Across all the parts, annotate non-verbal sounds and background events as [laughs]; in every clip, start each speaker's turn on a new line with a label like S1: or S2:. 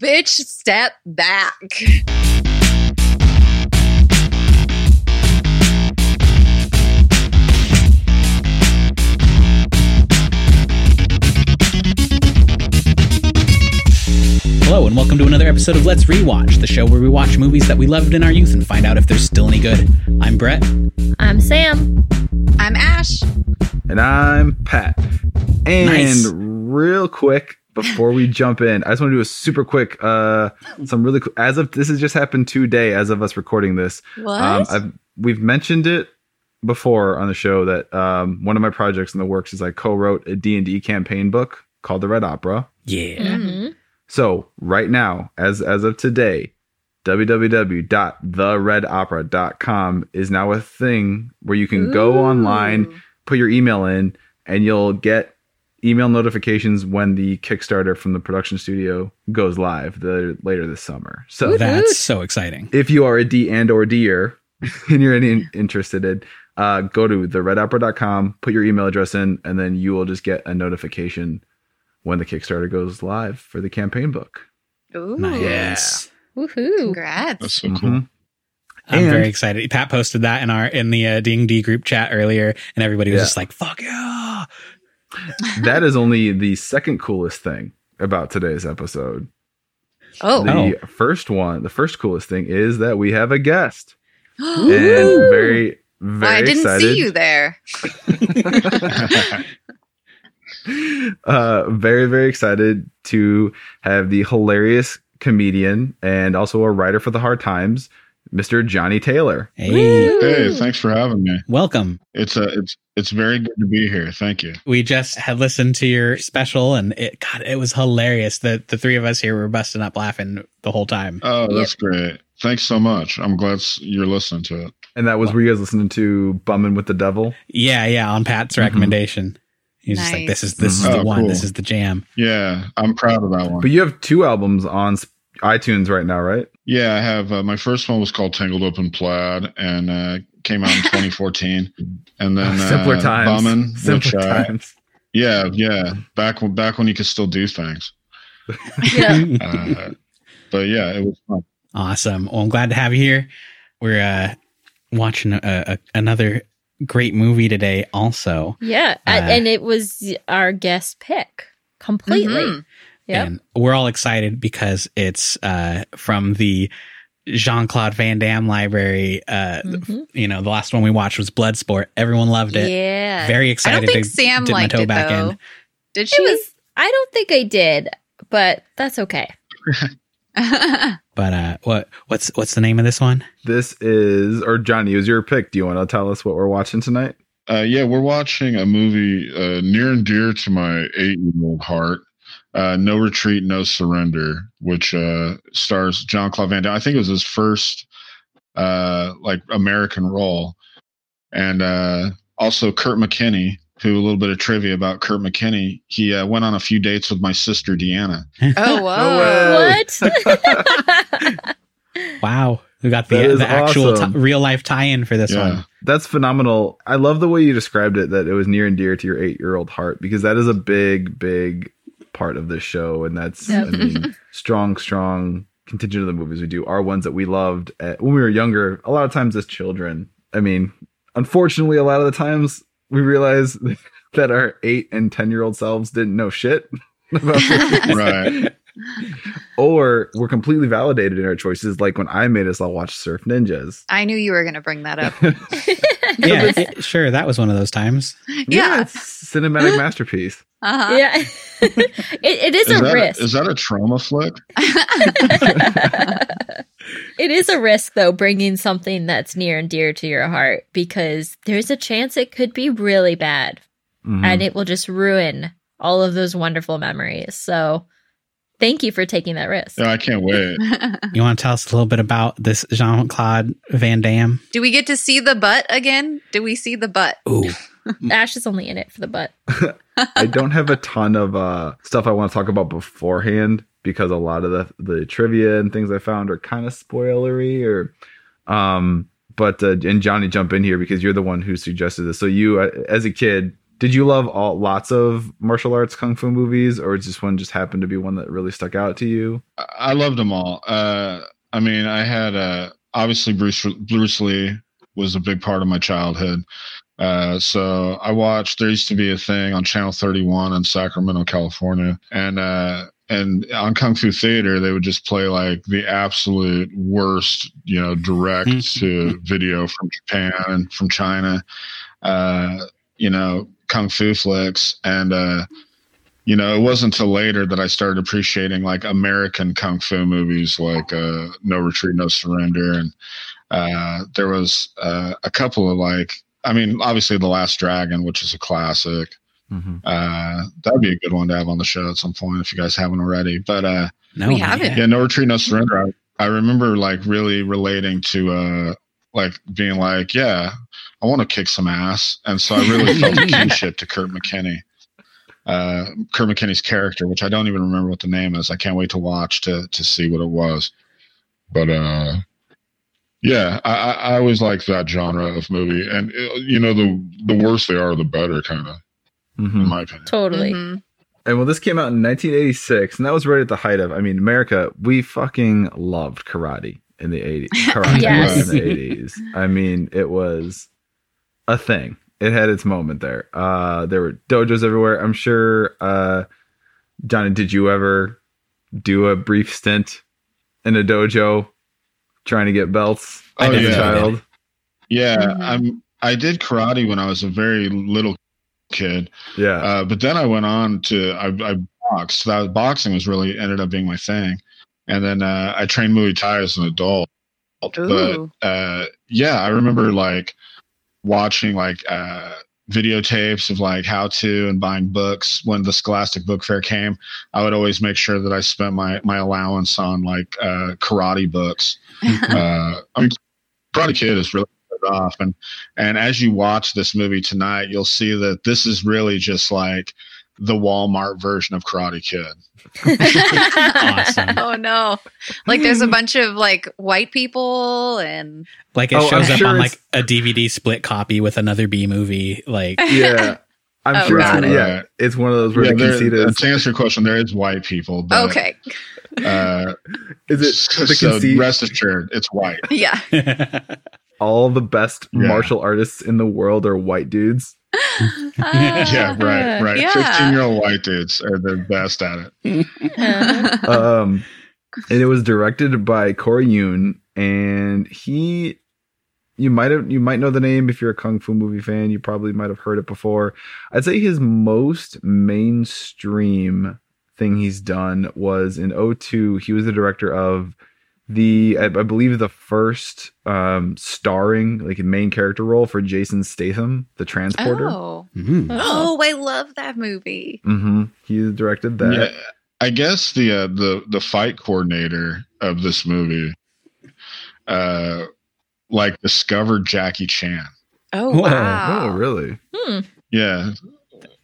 S1: Bitch, step back.
S2: Hello, and welcome to another episode of Let's Rewatch, the show where we watch movies that we loved in our youth and find out if they're still any good. I'm Brett.
S3: I'm Sam.
S1: I'm Ash.
S4: And I'm Pat. And
S2: Nice.
S4: real quick, before we jump in, I just want to do a super quick, uh, some really qu- as of this has just happened today, as of us recording this.
S2: Oh,
S4: Um,
S1: What?
S4: I've, we've mentioned it before on the show that um, one of my projects in the works is I co-wrote a D and D campaign book called The Red Opera.
S2: Yeah.
S3: Mhm.
S1: Mm-hmm.
S3: [laughs]
S4: So right now, as as of today, www.theredopera.com is now a thing where you can go online put your email in and you'll get email notifications when the Kickstarter from the production studio goes live the, later this summer. So
S1: Woot woot.
S2: That's so exciting.
S4: if you are a D and or D'er [laughs] and you're any interested in, uh, go to theredopera.com, put your email address in, and then you will just get a notification when the Kickstarter goes live for the campaign book.
S1: Ooh.
S2: Nice.
S3: Woohoo.
S1: Congrats.
S5: That's so cool.
S4: Mhm.
S2: I'm
S4: And-
S2: very excited. Pat posted that in our in the uh, D&D group chat earlier, and everybody was
S4: Yeah.
S2: just like, "Fuck yeah!"
S1: [laughs]
S4: that is only the second coolest thing about today's episode.
S1: Oh.
S4: The first one, the first coolest thing is that we have a guest.
S1: [gasps] Ooh.
S4: and very very
S1: I didn't
S4: excited.
S1: see you there.
S4: [laughs] uh, very very excited to have the hilarious comedian and also a writer for the Hard Times, Mr. Johnny Taylor.
S2: Hey,
S5: Hey, thanks for having me.
S2: welcome.
S5: It's a it's it's very good to be here. Thank you.
S2: we just had listened to your special and it god it was hilarious the the three of us here were busting up laughing the whole time
S5: Oh, that's great. Thanks so much. I'm glad s- you're listening to it.
S4: And that was where you guys listening to Bummin' with the Devil.
S2: yeah yeah on pat's recommendation he's just like
S1: Nice.
S2: this is this is
S5: Mhm.
S2: the
S5: Oh,
S2: one this
S5: cool.
S2: is the jam
S5: Yeah, I'm proud of that one.
S4: But you have two albums on s- iTunes right now, right?
S5: Yeah, I have uh, my first one was called Tangled Up in Plaid and uh, came out
S4: [laughs]
S5: in 2014. And then
S4: Simpler
S5: uh,
S4: times.
S5: Bombin',
S4: Simpler
S5: which, uh,
S4: times.
S5: yeah, yeah, back when back when you could still do things.
S2: [laughs]
S1: Yeah.
S4: [laughs]
S5: Uh, but yeah, it was fun.
S2: awesome well i'm glad to have you here we're uh watching a, a, another great movie today also
S3: Yeah. I-
S2: Uh,
S3: and it was our guest pick completely.
S1: Mhm.
S3: Yep.
S2: and we're all excited because it's uh from the jean-claude van damme library uh
S1: Mm-hmm.
S3: Mhm.
S2: you know the last one we watched was bloodsport everyone loved it
S1: Yeah.
S2: very
S1: I
S2: excited
S1: don't think
S2: to
S1: Sam
S2: dip my
S1: liked
S2: toe
S1: it
S2: back
S1: though.
S2: in.
S1: Did
S3: It
S1: she? [laughs]
S3: was, I don't think I did, but that's okay.
S1: Oh,
S2: But uh, what what's what's the name of this one?
S4: This is or Johnny, it was your pick. Do you want to tell us what we're watching tonight?
S5: Uh, yeah, we're watching a movie uh, near and dear to my eight-year-old heart. Uh, no retreat, no surrender, which uh, stars John Claude Van Damme. I think it was his first uh, like American role, and uh, also Kurt McKinney. Who a little bit of trivia about Kurt McKinney? He uh, went on a few dates with my sister Deanna.
S1: oh, whoa.
S4: way. Oh.
S1: [laughs]
S3: What? [laughs]
S2: Wow, we got
S4: That
S2: the,
S4: is
S2: the actual
S4: awesome.
S2: ti- real life tie-in for this
S5: yeah,
S1: [laughs]
S2: [laughs] one.
S4: That's phenomenal. I love the way you described it that it was near and dear to your 8-year-old heart because that is a big big part of this show and that's I
S3: Yep.
S4: mean strong strong contingent of the movies we do are ones that we loved at, when we were younger a lot of times as children. I mean, unfortunately a lot of the times we realize [laughs] that our 8 and 10-year-old selves didn't know shit [laughs]
S1: [laughs]
S4: about
S5: [laughs]
S4: movies.
S5: right.
S4: or were completely validated in our choices like when I made us all watch Surf
S1: [laughs]
S4: Ninjas.
S1: I knew you were going to bring that up.
S2: Yeah, it- sure. That was one of those times.
S1: Yeah.
S4: it's a cinematic masterpiece.
S1: Uh-huh.
S3: yeah. [laughs] it, it is,
S5: Is
S3: a
S5: that a,
S3: risk.
S5: is that a trauma flick?
S3: [laughs] it is a risk, though, bringing something that's near and dear to your heart because there's a chance it could be really bad.
S4: Mhm.
S3: and it will just ruin all of those wonderful memories. So thank you for taking that risk.
S5: Yeah, I can't wait.
S1: Uh-huh.
S2: You want to tell us a little bit about this Jean Claude Van Damme?
S1: [laughs] Do we get to see the butt again? Do we see the butt?
S2: Ooh,
S3: Mm. Ash is only in it for the butt.
S4: I don't have a ton of uh, stuff I want to talk about beforehand because a lot of the, the trivia and things I found are kind of spoilery or um but uh, and Johnny jump in here because you're the one who suggested this. So you uh, as a kid Did you love all lots of martial arts kung fu movies, or is this one just happened to be one that really stuck out to you?
S5: I I loved them all. Uh, I mean, I had uh, obviously Bruce Bruce Lee was a big part of my childhood. Uh, so I watched. There used to be a thing on Channel 31 in Sacramento, California, and uh, and on Kung Fu Theater they would just play like the absolute worst, you know, direct to video from Japan and from China, uh, you know, Kung Fu flicks, and uh, you know, it wasn't until later that I started appreciating like American kung fu movies like uh, No Retreat, No Surrender, and uh, there was uh, a couple of like, I mean, obviously The Last Dragon, which is a classic.
S4: Mm-hmm.
S5: Uh, that'd be a good one to have on the show at some point if you guys haven't already. But uh,
S2: No,
S1: We
S2: not
S1: have
S2: yet.
S1: it.
S5: [laughs] yeah, no retreat, no surrender. I, I remember like really relating to uh like being like, yeah, I want to kick some ass, and so I really felt a kinship to Kurt McKinney, uh, Kurt McKinney's character, which I don't even remember what the name is. I can't wait to watch to to see what it was, but uh. Yeah, I, I I always like that genre of movie, and uh, you know the the worse they are, the better, kind of in
S4: Mm-hmm.
S5: my opinion.
S3: Totally.
S1: Mhm.
S4: And well, this came out in 1986, and that was right at the height of. I mean, America, we fucking loved karate in
S1: [laughs]
S4: the 80s. Karate
S3: Yes.
S4: in the 80s. I mean, it was a thing. It had its moment there. Uh, there were dojos everywhere. I'm sure, uh, Johnny, did you ever do a brief stint in a dojo trying to get belts
S5: Oh,
S4: as
S5: yeah.
S4: a child?
S5: Yeah,
S1: Mhm.
S5: I'm. I did karate when I was a very little kid,
S4: Yeah.
S5: uh, but then I went on to I, I boxed. That boxing was really ended up being my thing, and then uh, I trained Muay Thai as an adult. But
S1: Ooh.
S5: uh, yeah, I remember like watching like uh, videotapes of like how to and buying books when the Scholastic Book Fair came. I would always make sure that I spent my my allowance on like uh, karate books. uh, I mean, Karate Kid is really good off, and and as you watch this movie tonight, you'll see that this is really just like the Walmart version of Karate Kid.
S3: [laughs]
S2: Awesome.
S1: oh no! Like there's a bunch of like white people and
S2: Like it
S4: Oh, I'm
S2: shows up
S4: sure
S2: on
S4: it's-
S2: like a DVD split copy with another B movie. Like
S1: [laughs]
S4: yeah. I'm
S1: Oh,
S4: sure. It's,
S1: got
S5: it.
S4: Yeah. It's one of those where
S5: Yeah,
S4: the
S5: there-
S4: conceit is,
S5: to answer your question, there is white people. But,
S1: okay, [laughs]
S5: Uh,
S4: is
S5: so
S4: it the conceit?
S5: rest assured, it's white.
S1: [laughs] yeah.
S2: Hmm,
S4: all the best
S5: Yeah.
S4: martial artists in the world are white dudes.
S5: yeah, right, right.
S1: Yeah.
S5: Fifteen-year-old white dudes are the best at it.
S3: Uh,
S4: Um, and it was directed by Corey Yoon, and he, you might have, you might know the name if you're a kung fu movie fan. You probably might have heard it before. I'd say his most mainstream thing he's done was in 02, He was the director of the, I, I believe, the first um starring like main character role for Jason Statham, the transporter.
S1: Oh.
S2: Mhm.
S3: oh.
S1: [gasps] oh, I love that movie.
S4: Mm-hmm. He directed that.
S5: Yeah, I guess the uh, the the fight coordinator of this movie, uh, like discovered Jackie Chan.
S1: Oh
S2: Whoa.
S1: wow!
S4: Oh, really?
S3: Hmm.
S5: Yeah,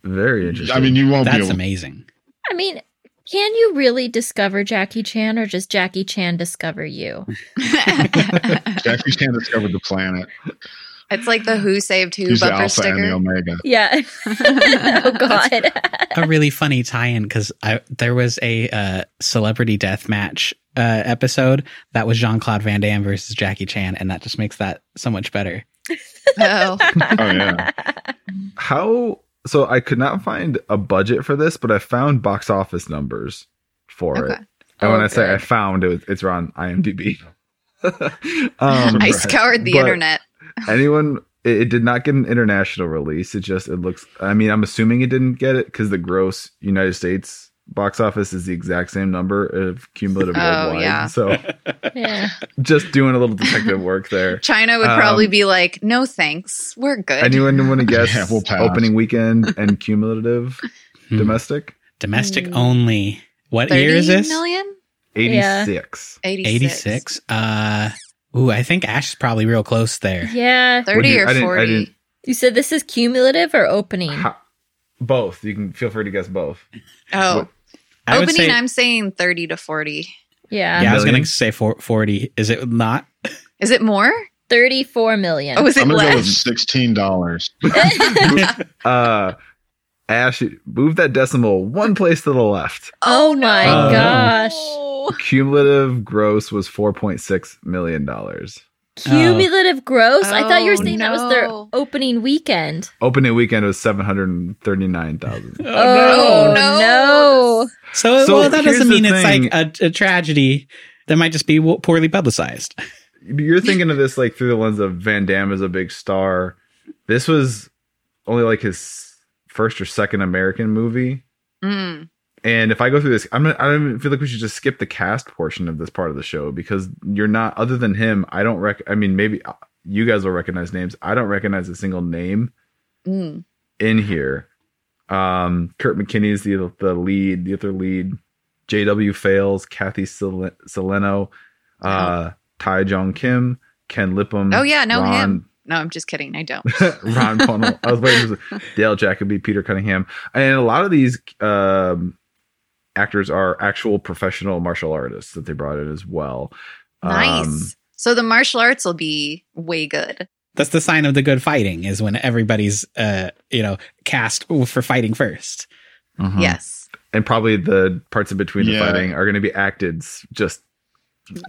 S4: Very interesting.
S5: I mean, you won't be
S2: That's
S5: able.
S2: amazing.
S3: I mean, can you really discover Jackie Chan or just Jackie Chan discover you?
S5: [laughs] Jackie Chan discovered the planet.
S1: [laughs] it's like the Who Saved Who
S5: He's the
S1: bumper
S5: alpha and the
S1: [laughs] sticker.
S5: omega.
S3: Yeah. oh, God.
S2: a really funny tie-in because I there was a uh, celebrity death match uh, episode that was Jean Claude Van Damme versus Jackie Chan, and that just makes that so much better.
S1: [laughs] Oh,
S5: Oh yeah,
S4: how? So I could not find a budget for this, but I found box office numbers for
S1: Okay.
S4: it. And when
S3: Oh,
S4: I say I
S3: good.
S4: found, it, it's on IMDb. [laughs] um,
S1: I [laughs]
S5: Right.
S1: scoured the
S4: But-
S1: internet.
S4: anyone? It, it did not get an international release. It just it looks. I mean, I'm assuming it didn't get it because the gross United States box office is the exact same number of cumulative
S1: Oh,
S4: worldwide.
S1: yeah.
S4: So
S3: [laughs] yeah.
S4: just doing a little detective work
S1: [laughs]
S4: there.
S1: China would
S4: Um,
S1: probably be like, "No thanks, we're good."
S4: Anyone want to guess
S5: [laughs] Yeah, we'll pass.
S4: opening weekend and
S5: [laughs]
S4: cumulative
S2: Hmm.
S4: domestic?
S2: Domestic
S3: Hmm.
S2: only. What year is
S1: 30
S2: this?
S1: million?
S4: 86.
S1: 86.
S2: 86. Uh, ooh, I think Ash is probably real close there.
S3: Yeah.
S1: 30
S4: Would you- I
S1: or
S4: didn't- I
S1: 40.
S4: didn't-
S3: You said this is cumulative or opening?
S4: Ha- both. You can feel free to guess both.
S1: oh,
S2: I would
S1: opening,
S2: say.
S1: I'm saying 30 to 40.
S3: Yeah.
S2: yeah, I was going
S4: Million?
S2: to say four- 40. Is it not?
S1: Is it more?
S3: 34 million.
S1: Oh, is it
S5: I'm gonna go with
S1: less?
S5: sixteen dollars.
S4: Uh, Ash, move that decimal one place to the left.
S3: Oh my
S4: Oh.
S3: gosh.
S4: Cumulative gross was $4.6 million.
S3: Cumulative gross? I thought you were
S1: Oh,
S3: saying that was their
S1: no.
S3: opening weekend.
S4: Opening weekend was 739,000.
S5: [laughs]
S2: Oh,
S3: Oh,
S1: no.
S3: no.
S2: So,
S4: So
S2: well, that
S4: here's
S2: doesn't
S4: the
S2: mean it's
S4: thing.
S2: like a, a tragedy. That might just be w- poorly publicized.
S4: You're thinking of this like through the lens of Van Damme is a big star. This was only like his first or second American movie.
S1: Mm.
S4: And if I go through this, I'm gonna, I don't even feel like we should just skip the cast portion of this part of the show because you're not other than him. I don't rec. I mean, maybe uh, you guys will recognize names. I don't recognize a single name
S1: Mm.
S4: in here. Um, Kurt McKinney is the the lead, the other lead. J.W. Fails, Kathy Sel- Seleno, uh, Tai Jong Kim, Ken Lipham.
S1: Oh, yeah, know
S4: Ron,
S1: him. No, I'm just kidding. I don't.
S4: [laughs] Ron Bonnell. I was waiting for Dale Jacobi, Peter Cunningham, and a lot of these um, actors are actual professional martial artists that they brought in as well. Um,
S1: nice. so the martial arts will be way good.
S2: That's the sign of the good fighting is when everybody's, uh, you know, cast for fighting first.
S1: Mm-hmm.
S4: mhm.
S1: Yes.
S4: and probably the parts in between
S5: Yeah.
S4: the fighting are going to be acted s- just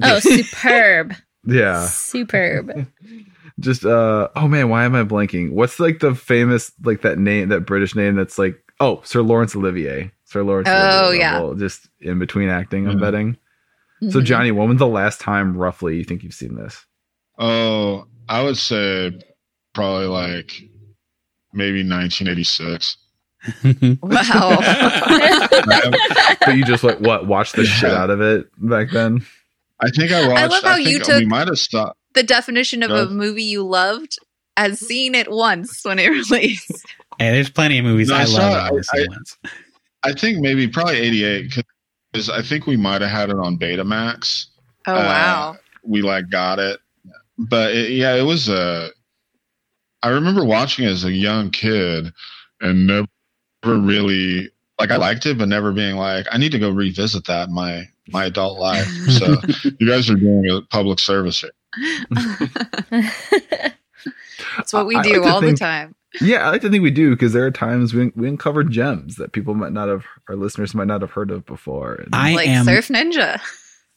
S3: Oh, superb.
S4: [laughs] yeah,
S3: Superb. [laughs]
S4: just uh. Oh man, why am I blanking? What's like the famous like that name that British name that's like oh Sir Lawrence Olivier. Sir Lawrence.
S1: Oh,
S4: Olivier
S1: yeah.
S4: level, just in between acting, I'm
S5: Mhm.
S4: betting. So
S1: Mm-hmm.
S3: Mhm.
S4: Johnny, when was the last time roughly you think you've seen this?
S5: Oh, I would say probably like
S1: [laughs]
S5: maybe 1986.
S1: Wow.
S4: [laughs]
S1: [laughs]
S4: but you just like what watched the
S5: Yeah.
S4: shit out of it back then
S5: I think I watched.
S1: I love how you
S5: think
S1: took-
S5: we might have stopped.
S1: the definition of
S5: Does-
S1: a movie you loved as seen it once when it [laughs] released.
S2: Hey, there's plenty of movies
S5: No,
S2: I
S5: it's
S2: love.
S5: not- I-
S2: I've seen
S5: I-
S2: once.
S5: I think maybe probably 88 because I think we might have had it on Betamax.
S1: Oh
S5: Uh,
S1: wow.
S5: We like got it, but it, yeah, it was Uh, I remember watching it as a young kid and never really like I liked it, but never being like I need to go revisit that in my my adult life.
S1: [laughs]
S5: So you guys are doing a public service here.
S1: That's what we
S4: I- I
S1: do
S4: like to
S1: all
S4: think-
S1: the time.
S4: yeah i like to think we do because there are times we, we uncover gems that people might not have our listeners might not have heard of before And
S2: I
S1: like
S2: am.
S1: Surf
S2: [gasps]
S1: Ninja. [gasps]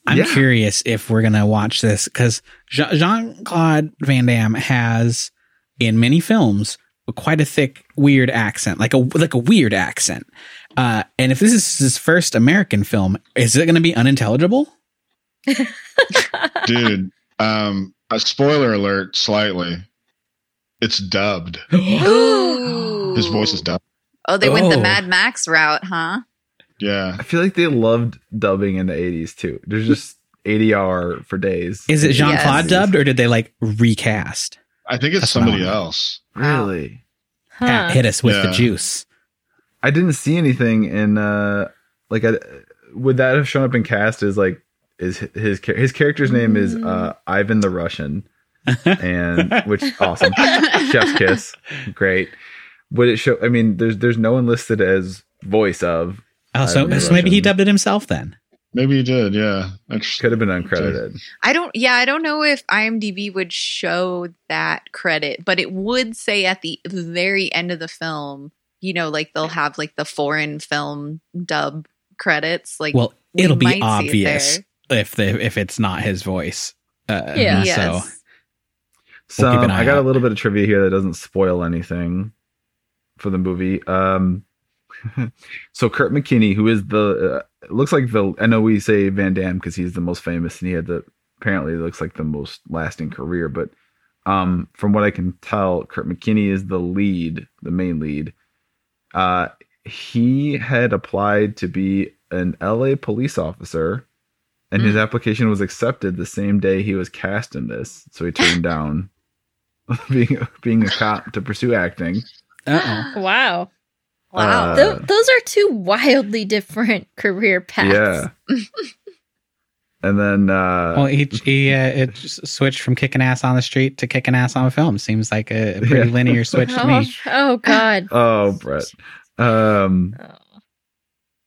S2: I'm
S4: Yeah.
S2: curious if we're gonna watch this because Jean Claude Van Damme has, in many films, quite a thick, weird accent, like a like a weird accent. Uh, and if this is his first American film, is it gonna be unintelligible? [gasps]
S5: dude um a spoiler alert slightly it's dubbed
S1: Ooh.
S5: his voice is dubbed
S1: Oh, they went the
S2: Oh.
S1: Mad Max route, huh?
S5: yeah
S4: i feel like they loved dubbing in the 80s too there's just adr for days
S2: Is it Jean Claude
S1: Yes.
S2: dubbed or did they like recast?
S5: i think it's
S2: That's what I
S5: somebody
S2: want.
S5: else
S4: really
S2: Pat,
S3: Huh.
S2: hit us with the
S5: Yeah.
S2: juice.
S4: i didn't see anything in uh like I, would that have shown up in cast as like is his his, char- his character's name is uh ivan
S2: [laughs]
S4: the russian and which awesome [laughs] chef's kiss great would it show i mean there's there's no one listed as voice of
S2: Oh, so,
S4: I'm
S2: so maybe he
S4: Russian.
S2: dubbed it himself then.
S5: maybe he did yeah Interesting.
S4: could have been uncredited
S1: I don't yeah, I don't know if IMDb would show that credit, but it would say at the very end of the film, you know, like they'll have like the foreign film dub credits like
S2: Well,
S1: we
S2: it'll
S1: might see
S2: be
S1: it
S2: obvious
S1: there.
S2: if the, if it's not his voice. Uh,
S3: Yeah.
S2: So
S1: Yes.
S4: so
S2: keep an eye
S4: i got
S2: out.
S4: a little bit of trivia here that doesn't spoil anything for the movie um [laughs] so kurt mckinney who is the uh, it looks like the i know we say van damme because he's the most famous and he had the apparently looks like the most lasting career but um from what i can tell kurt mckinney is the lead the main lead uh he had applied to be an LA police officer, and
S2: Mm.
S4: his application was accepted the same day he was cast in this. So
S2: [laughs]
S4: he turned down [laughs] being being a cop to pursue acting.
S1: Uh,
S2: Uh-oh.
S3: Wow.
S1: Wow.
S4: Uh,
S3: Tho- those are two wildly different [laughs] career paths.
S4: Yeah. and then uh,
S2: Well, he, he uh, it s- switched from kicking ass on the street to kicking ass on a film. Seems like a pretty
S4: Yeah.
S2: linear switch to
S1: [laughs]
S3: Oh,
S2: me.
S3: oh God.
S4: oh Brett, um,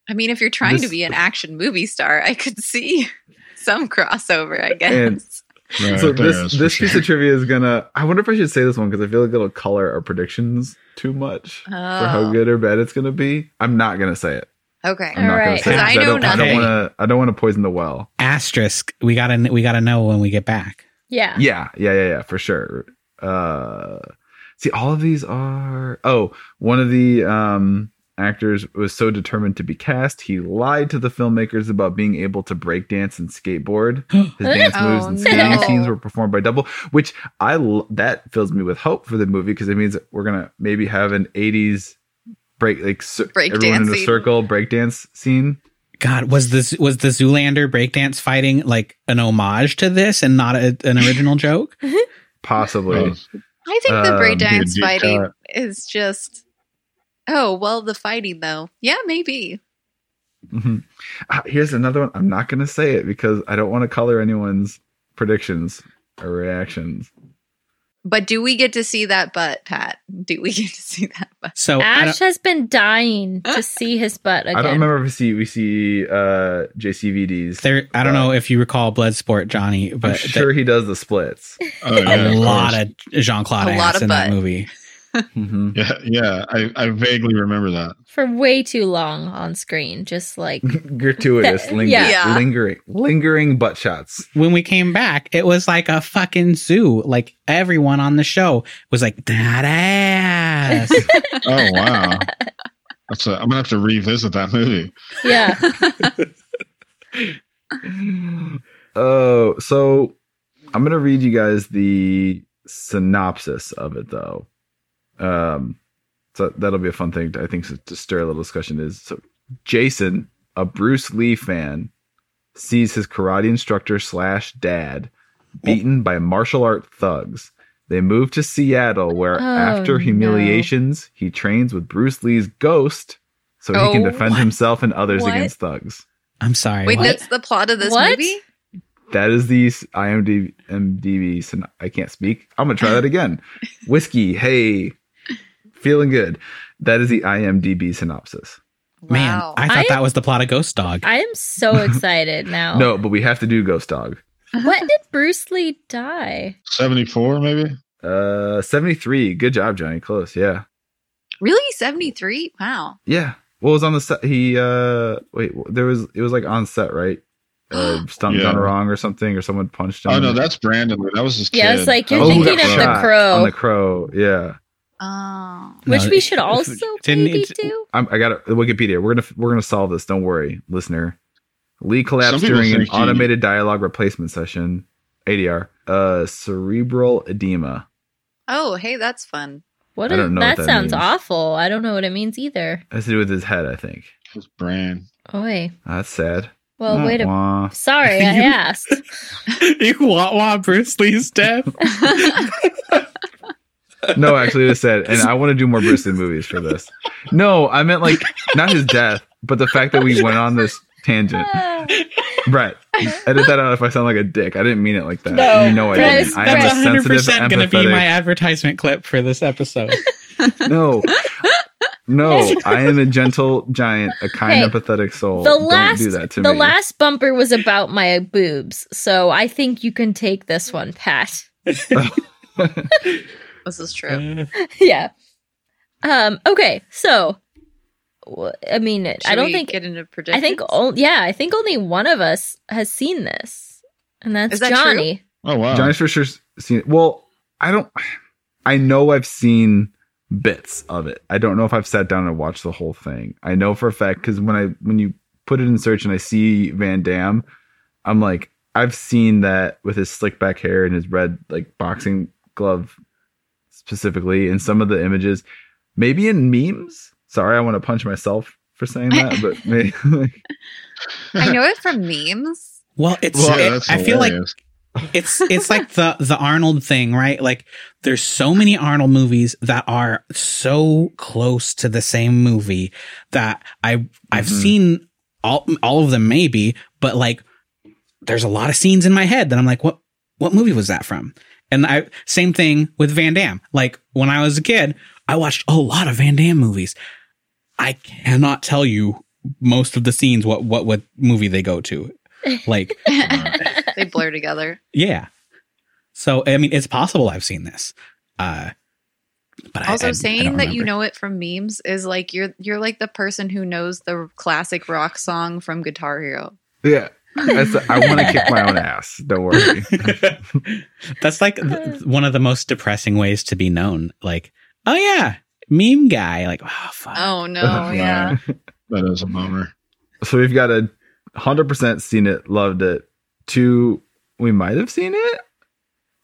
S1: I mean, if you're trying to
S4: This-
S1: be an action movie star, I could see [laughs] some crossover, I guess.
S4: And-
S5: Right,
S4: so
S5: there
S4: this
S5: it is,
S4: this
S5: for
S4: piece
S5: sure.
S4: of trivia is gonna. I wonder if I should say this one because I feel like it'll color our predictions too much for how
S1: Oh,
S4: good Um, or bad it's gonna be. I'm not gonna say it.
S1: okay.
S4: I'm not gonna
S3: Alright.
S4: say it.
S1: 'Cause I know
S4: don't, I don't
S2: nothing.
S4: wanna I don't wanna poison the well.
S2: Asterisk. We gotta we gotta know when we get back.
S3: Yeah.
S4: Yeah, yeah, yeah, yeah, for sure. Uh see all of these are oh, one of the um actors was so determined to be cast, he lied to the filmmakers about being able to break dance
S1: [gasps]
S4: and skateboard. His dance
S1: Oh,
S4: moves and skating
S1: no.
S4: scenes were performed by double, which I l- that fills me with hope for the movie because it means that we're gonna maybe have an '80s break like cir-
S1: Break
S4: everyone in a
S1: dancing.
S4: circle breakdance scene.
S2: God, was this was the Zoolander breakdance fighting like an homage to this and not a, an original joke?
S4: Possibly,
S5: Uh,
S1: I think the
S4: Um,
S1: breakdance
S5: dude, you
S1: fighting
S5: got-
S1: is just. Oh well, the fighting though. Yeah, maybe.
S4: Mhm. Ah, here's another one. I'm not gonna say it because I don't want to color anyone's predictions or reactions.
S1: But do we get to see that butt, Pat? Do we [laughs] get to see that butt?
S2: So I
S3: Ash
S2: don't,
S3: has been dying to see his butt again.
S4: I don't remember if we see we see uh, JCVDs.
S2: there, I don't know if you recall Bloodsport, Johnny,
S4: I'm
S2: but
S4: sure he does the splits.
S5: oh,
S2: that-
S5: yeah,
S2: a
S5: of
S2: lot
S5: course.
S2: of Jean Claude
S1: A lot
S2: ass
S1: of
S2: in that
S1: butt.
S2: movie.
S4: Mhm.
S5: Yeah, yeah. I, I vaguely remember that.
S3: For way too long on screen. Just
S4: [laughs]
S3: like
S4: [laughs] gratuitous,
S3: That-
S4: linger,
S1: yeah.
S4: lingering, lingering butt shots.
S2: When we came back, it was like a fucking zoo. Like everyone on the show was like
S1: [laughs]
S2: that ass. [laughs]
S5: Oh wow. That's a, I'm gonna have to revisit that movie.
S3: [laughs] Yeah.
S4: [laughs] Oh, so I'm gonna read you guys the synopsis of it though. Um, so that'll be a fun thing to, I think to, to stir a little discussion. Is so Jason, a Bruce Lee fan, sees his karate instructor slash dad beaten by martial art thugs. They move to Seattle, where
S3: Oh,
S4: after
S3: no.
S4: humiliations, he trains with Bruce Lee's ghost, so he can
S1: Oh,
S4: defend
S2: what?
S4: himself and others
S1: What?
S4: against thugs.
S2: I'm sorry.
S1: Wait,
S2: what?
S1: that's the plot of this
S3: What?
S1: movie.
S4: That is the s- IMDb. MDB, syn- I can't speak. I'm gonna try
S3: [laughs]
S4: that again. Whiskey, hey, feeling good. That is the IMDb synopsis.
S2: Man,
S1: Wow.
S2: I thought
S3: I-
S2: that was the plot of Ghost Dog.
S3: I am so excited now.
S4: No, but we have to do Ghost Dog.
S3: When did Bruce Lee die?
S5: 74 maybe. Oh,
S4: Uh, 73. Good job, Johnny. Close. Yeah,
S1: really, seventy three. Wow.
S4: yeah. What was on the set? He uh, wait. There was it was like on set, right?
S3: [gasps]
S4: Uh, stunt
S5: Yeah.
S4: gone wrong or something, or someone punched him.
S5: Oh no, that's Brandon. That was his
S3: Yeah, I
S5: kid.
S3: was like, you're
S4: Oh, who
S3: thinking
S4: got
S3: of
S4: shot
S3: the crow.
S4: On the crow. Yeah.
S1: Oh.
S3: Which
S2: No,
S3: we
S2: it-
S3: should also
S2: didn't
S3: maybe
S2: it-
S3: do.
S4: I'm, I got it. Wikipedia. We're gonna we're gonna solve this. Don't worry, listener. Lee collapsed
S5: Some people
S4: during an
S5: think he-
S4: automated dialogue replacement session. ADR. Uh, cerebral edema.
S1: Oh, hey, that's fun.
S3: What
S4: I
S3: a-
S4: don't know
S3: that,
S4: what that
S3: sounds
S4: means.
S3: awful. I don't know what it means either.
S4: Has to do with his head, I think.
S5: his brain.
S3: Oi.
S4: That's sad.
S3: Well,
S4: Wah,
S3: wait a [laughs]
S4: wah.
S3: Sorry, I
S2: You-
S3: asked.
S2: [laughs] you want want Bruce Lee's death?
S4: No, actually, it's sad. And I want to do more Bruce Lee movies for this. No, I meant like not his death, but the fact that we went on this tangent.
S3: Ah.
S4: Right. Edit that out if I sound like a dick. I didn't mean it like that.
S3: No,
S4: you know I
S3: that is-
S4: didn't. I am
S3: that's
S4: a sensitive,
S2: gonna
S4: empathetic-
S2: advertisement clip for this episode.
S4: No.
S3: [laughs]
S4: No, I am a gentle giant, a kind,
S3: Hey,
S4: empathetic soul.
S3: the
S4: Don't
S3: last
S4: do that to
S3: the
S4: me.
S3: last bumper was about my boobs, so I think you can take this one, Pat. [laughs]
S1: This is true.
S2: Should
S3: yeah. Um. Okay. So, wh- I mean, I
S1: Should
S3: don't
S1: we
S3: think.
S1: get into predictions.
S3: I think. All, yeah, I think only one of us has seen this, and that's
S1: Is that true?
S3: Johnny.
S5: Oh wow.
S4: Johnny's for sure seen it. Well, I don't. I know I've seen bits of it. I don't know if I've sat down and watched the whole thing. I know for a fact because when I when you put it in search and I see Van Damme, I'm like, I've seen that with his slick back hair and his red like boxing glove specifically in some of the images, maybe in memes. Sorry, I want to punch myself for saying that, but [laughs] maybe,
S1: I know it from memes.
S3: [laughs]
S2: Well, it's
S5: Well,
S2: it-
S5: that's
S2: I feel like
S5: hilarious.
S2: [laughs] it's it's like the the Arnold thing, right? Like there's so many Arnold movies that are so close to the same movie that I I've
S4: Mhm.
S2: seen all all of them maybe, but like there's a lot of scenes in my head that I'm like, what what movie was that from? And I same thing with Van Damme. Like when I was a kid, I watched a lot of Van Damme movies. I cannot tell you most of the scenes what what what movie they go to. Like
S1: [laughs] They blur together.
S2: yeah. So I mean, it's possible I've seen this. Uh, But I-
S1: Also,
S2: I- I
S1: saying
S2: don't
S1: that you
S2: remember.
S1: know it from memes is like you're you're like the person who knows the classic rock song from Guitar
S2: [laughs]
S1: Hero.
S4: Yeah. I, said, I want to kick my own ass. Don't worry.
S2: [laughs]
S1: [laughs]
S2: That's like th- one of the most depressing ways to be known. Like, oh yeah, meme guy. Like, oh fuck.
S1: Oh no,
S4: Oh,
S1: yeah.
S5: That is a bummer.
S4: So we've got a hundred percent seen it, loved it. Two, we might have seen it,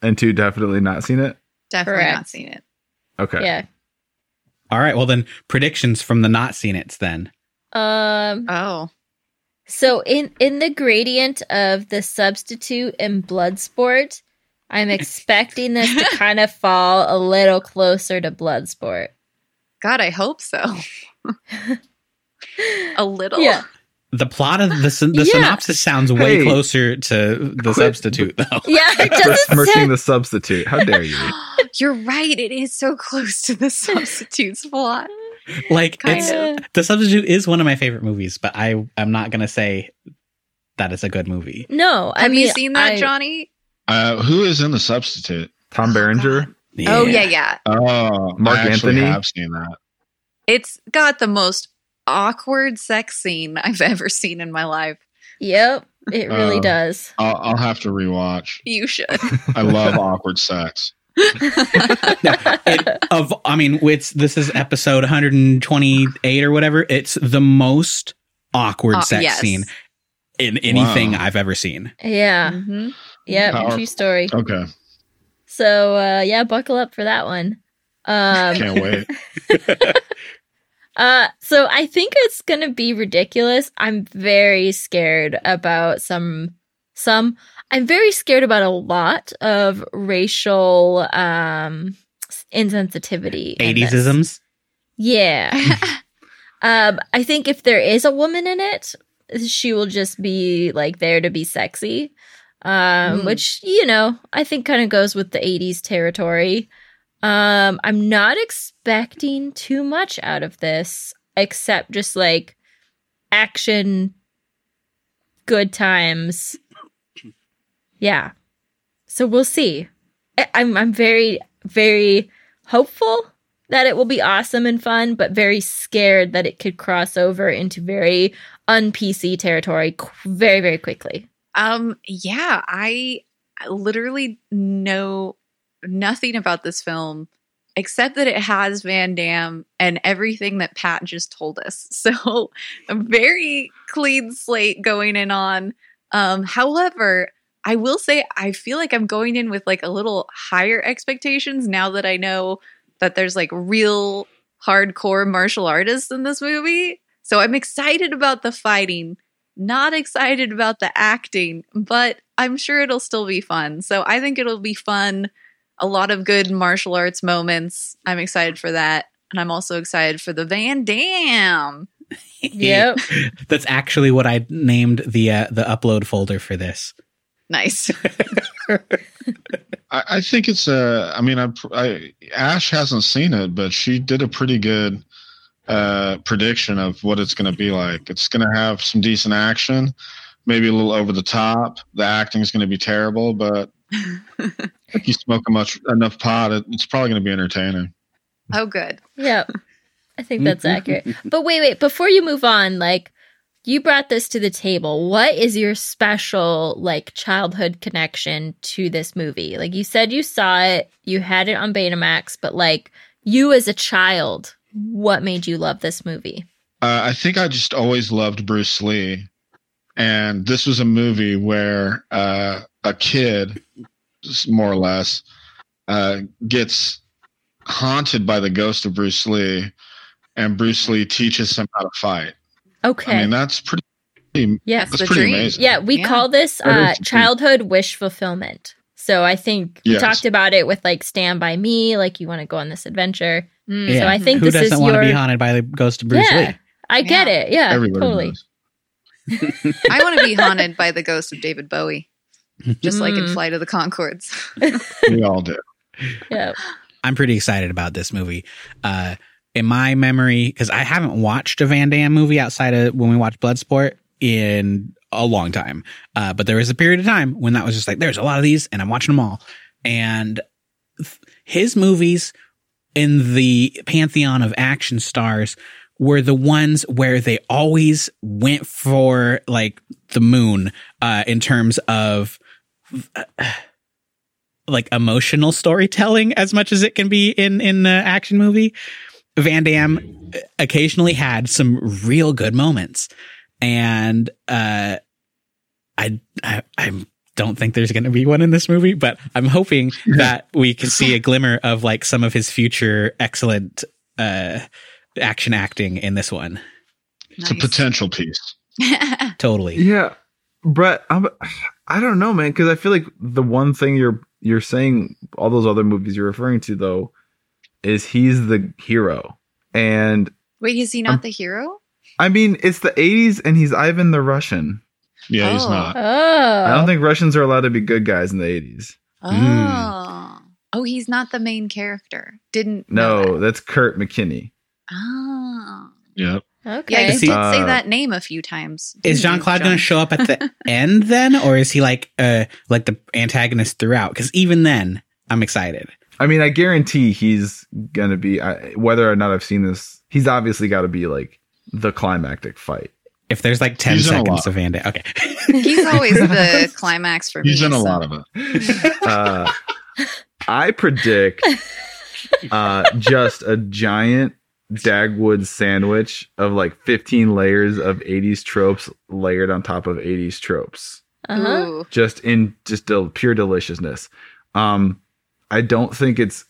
S4: and two, definitely not seen it.
S1: Definitely not
S3: Correct.
S1: seen it.
S4: Okay.
S3: Yeah.
S2: All right. Well, then predictions from the not seen it's then.
S3: Um
S1: Oh.
S3: so in in the gradient of the substitute and Bloodsport, I'm expecting this to kind of fall a little closer to Bloodsport.
S1: God, I hope so. [laughs] a little.
S3: Yeah.
S2: The plot of the, syn- the
S3: Yeah.
S2: synopsis sounds way
S4: Hey.
S2: closer to the
S4: Quit.
S2: substitute, though. [laughs]
S3: Yeah, [laughs] it
S4: We're
S3: doesn't
S4: smirching
S3: sound,
S4: the substitute. How
S3: [laughs]
S4: dare you?
S1: [gasps] You're right. It is so close to the
S3: [laughs]
S1: substitutes plot.
S2: like,
S1: Kind
S2: it's,
S1: of.
S3: Yeah.
S2: the substitute is one of my favorite movies, but I I'm not gonna say that it's a good movie.
S3: No, I
S1: Have
S3: mean,
S1: you seen that,
S3: I-
S1: Johnny?
S5: Uh, who is in the substitute?
S4: Tom Berenger.
S1: Oh yeah, yeah.
S5: Oh,
S4: Mark
S5: I actually
S4: Anthony?
S5: have seen that.
S1: It's got the most awkward sex scene I've [laughs] ever seen in my life.
S3: Yep, it really
S5: Uh,
S3: does.
S5: I'll, I'll have to rewatch.
S1: You should.
S5: I
S4: [laughs]
S5: love awkward sex.
S2: It- of I mean, it's this is episode 128 or whatever. It's the most awkward
S1: Uh,
S2: sex
S1: yes.
S2: scene in anything
S5: Wow.
S2: I've ever seen.
S3: Yeah.
S1: Mhm.
S3: [laughs] Yep.
S5: Power-
S3: True story.
S5: Okay,
S3: So uh, yeah, buckle up for that one. Um,
S5: can't wait.
S3: uh, so I think it's gonna be ridiculous. I'm very scared about some some. I'm very scared about a lot of racial um, insensitivity. in this.
S2: 80s
S3: Yeah. Um, I think if there is a woman in it, she will just be like there to be sexy, um,
S1: Hmm.
S3: which you know I think kind of goes with the '80s territory. Um, I'm not expecting too much out of this, except just like action, good times. Yeah, so we'll see. I- I'm I'm very very hopeful that it will be awesome and fun, but very scared that it could cross over into very un PC territory qu- very, very quickly.
S1: Um, yeah, I literally know nothing about this film except that it has Van Damme and everything that Pat just told us. [laughs] So, a very clean slate going in on. Um, however, I will say I feel like I'm going in with like a little higher expectations now that I know that there's like real hardcore martial artists in this movie. So I'm excited about the fighting not excited about the acting, but I'm sure it'll still be fun. So I think it'll be fun. A lot of good martial arts moments. I'm excited for that. And I'm also excited for the Van Dam.
S2: isms.
S3: Yep.
S2: [laughs] That's actually what I named the uh, the upload folder for this.
S5: [laughs]
S1: Nice.
S5: I, I think it's a. I mean, I, I Ash hasn't seen it, but she did a pretty good uh, prediction of what it's going to be like. It's going to have some decent action, maybe a little over the top. The acting is going to be terrible, but if you smoke a much enough pot, it, it's probably going to be entertaining.
S1: oh, good.
S3: Yep. I think that's
S5: Mm-hmm.
S3: accurate. But wait, wait, before you move on, like, you brought this to the table. What is your special, like, childhood connection to this movie? Like, you said you saw it, you had it on Betamax, but like, you as a child, what made you love this movie?
S5: Uh, I think I just always loved Bruce Lee, and this was a movie where uh, a kid, s- more or less, uh, gets haunted by the ghost of Bruce Lee, and Bruce Lee teaches him how to fight.
S3: Okay.
S5: I mean, that's pretty. pretty-
S3: yes.
S5: That's
S1: the
S5: pretty
S1: dream.
S5: amazing.
S3: Yeah, we
S1: Yeah.
S3: call this
S4: That
S3: uh,
S4: is true.
S3: childhood wish fulfillment. So I think you
S5: Yes.
S3: talked about it with like Stand By Me, like you want to go on this adventure.
S1: Mm.
S2: Yeah.
S3: So I think
S2: Who
S3: this
S2: doesn't
S3: is
S2: want
S3: your.
S2: to be haunted by the ghost of Bruce
S3: yeah,
S2: Lee?
S3: I get
S1: Yeah.
S3: it. Yeah,
S5: Everybody
S3: totally.
S5: knows.
S1: I want to be haunted by the ghost of David Bowie, just like in
S5: Hmm.
S3: Mm.
S1: Flight of the Concords.
S5: We all do.
S3: Yeah.
S2: I'm pretty excited about this movie. Uh, in my memory, because I haven't watched a Van Damme movie outside of when we watched Bloodsport in a long time. Uh, but there was a period of time when that was just like, there's a lot of these and I'm watching them all. And th- his movies in the pantheon of action stars were the ones where they always went for like the moon uh, in terms of uh, like emotional storytelling as much as it can be in in an action movie. Van Damme uh, occasionally had some real good moments, and uh, I I I'm don't think there's going to be one in this movie, but I'm hoping that we can see a glimmer of like some of his future excellent uh, action acting in this one.
S5: It's a potential piece.
S2: Totally.
S4: Yeah, Brett, I'm, I don't know, man, because I feel like the one thing you're you're saying all those other movies you're referring to though is he's the hero, and
S1: [laughs] Wait, is he not
S5: Um,
S4: I'm-
S1: the hero?
S4: I mean it's the '80s and he's Ivan the Russian.
S5: Yeah, he's
S1: Oh.
S5: not.
S3: Oh.
S4: I don't think Russians are allowed to be good guys in the '80s.
S5: Hmm.
S1: Oh. Oh, he's not the main character. Didn't know
S4: No,
S1: that.
S4: that's Kurt McKinney.
S1: Oh.
S5: Yep.
S1: Yeah,
S3: okay.
S1: you
S2: Is he-
S1: did say
S4: Uh,
S1: that name a few times.
S2: Is Jean
S1: didn't you,
S2: Claude
S1: John?
S2: going to show up at the end then, or is he like uh like the antagonist throughout? Because even then, I'm excited.
S4: I mean, I guarantee he's gonna be. I, whether or not I've seen this, he's obviously got to be like the climactic fight.
S2: If there's like ten
S5: He's in a
S2: seconds
S5: lot.
S2: of Van Damme, okay. [laughs]
S1: He's always
S5: [laughs]
S1: the climax for me.
S5: He's in a
S1: so-
S5: lot of it.
S4: Uh, I predict uh, just a giant Dagwood sandwich of like 15 layers of 80s tropes layered on top of 80s tropes,
S3: Uh-huh.
S1: Ooh.
S4: just in just del- pure deliciousness. Um, I don't think it's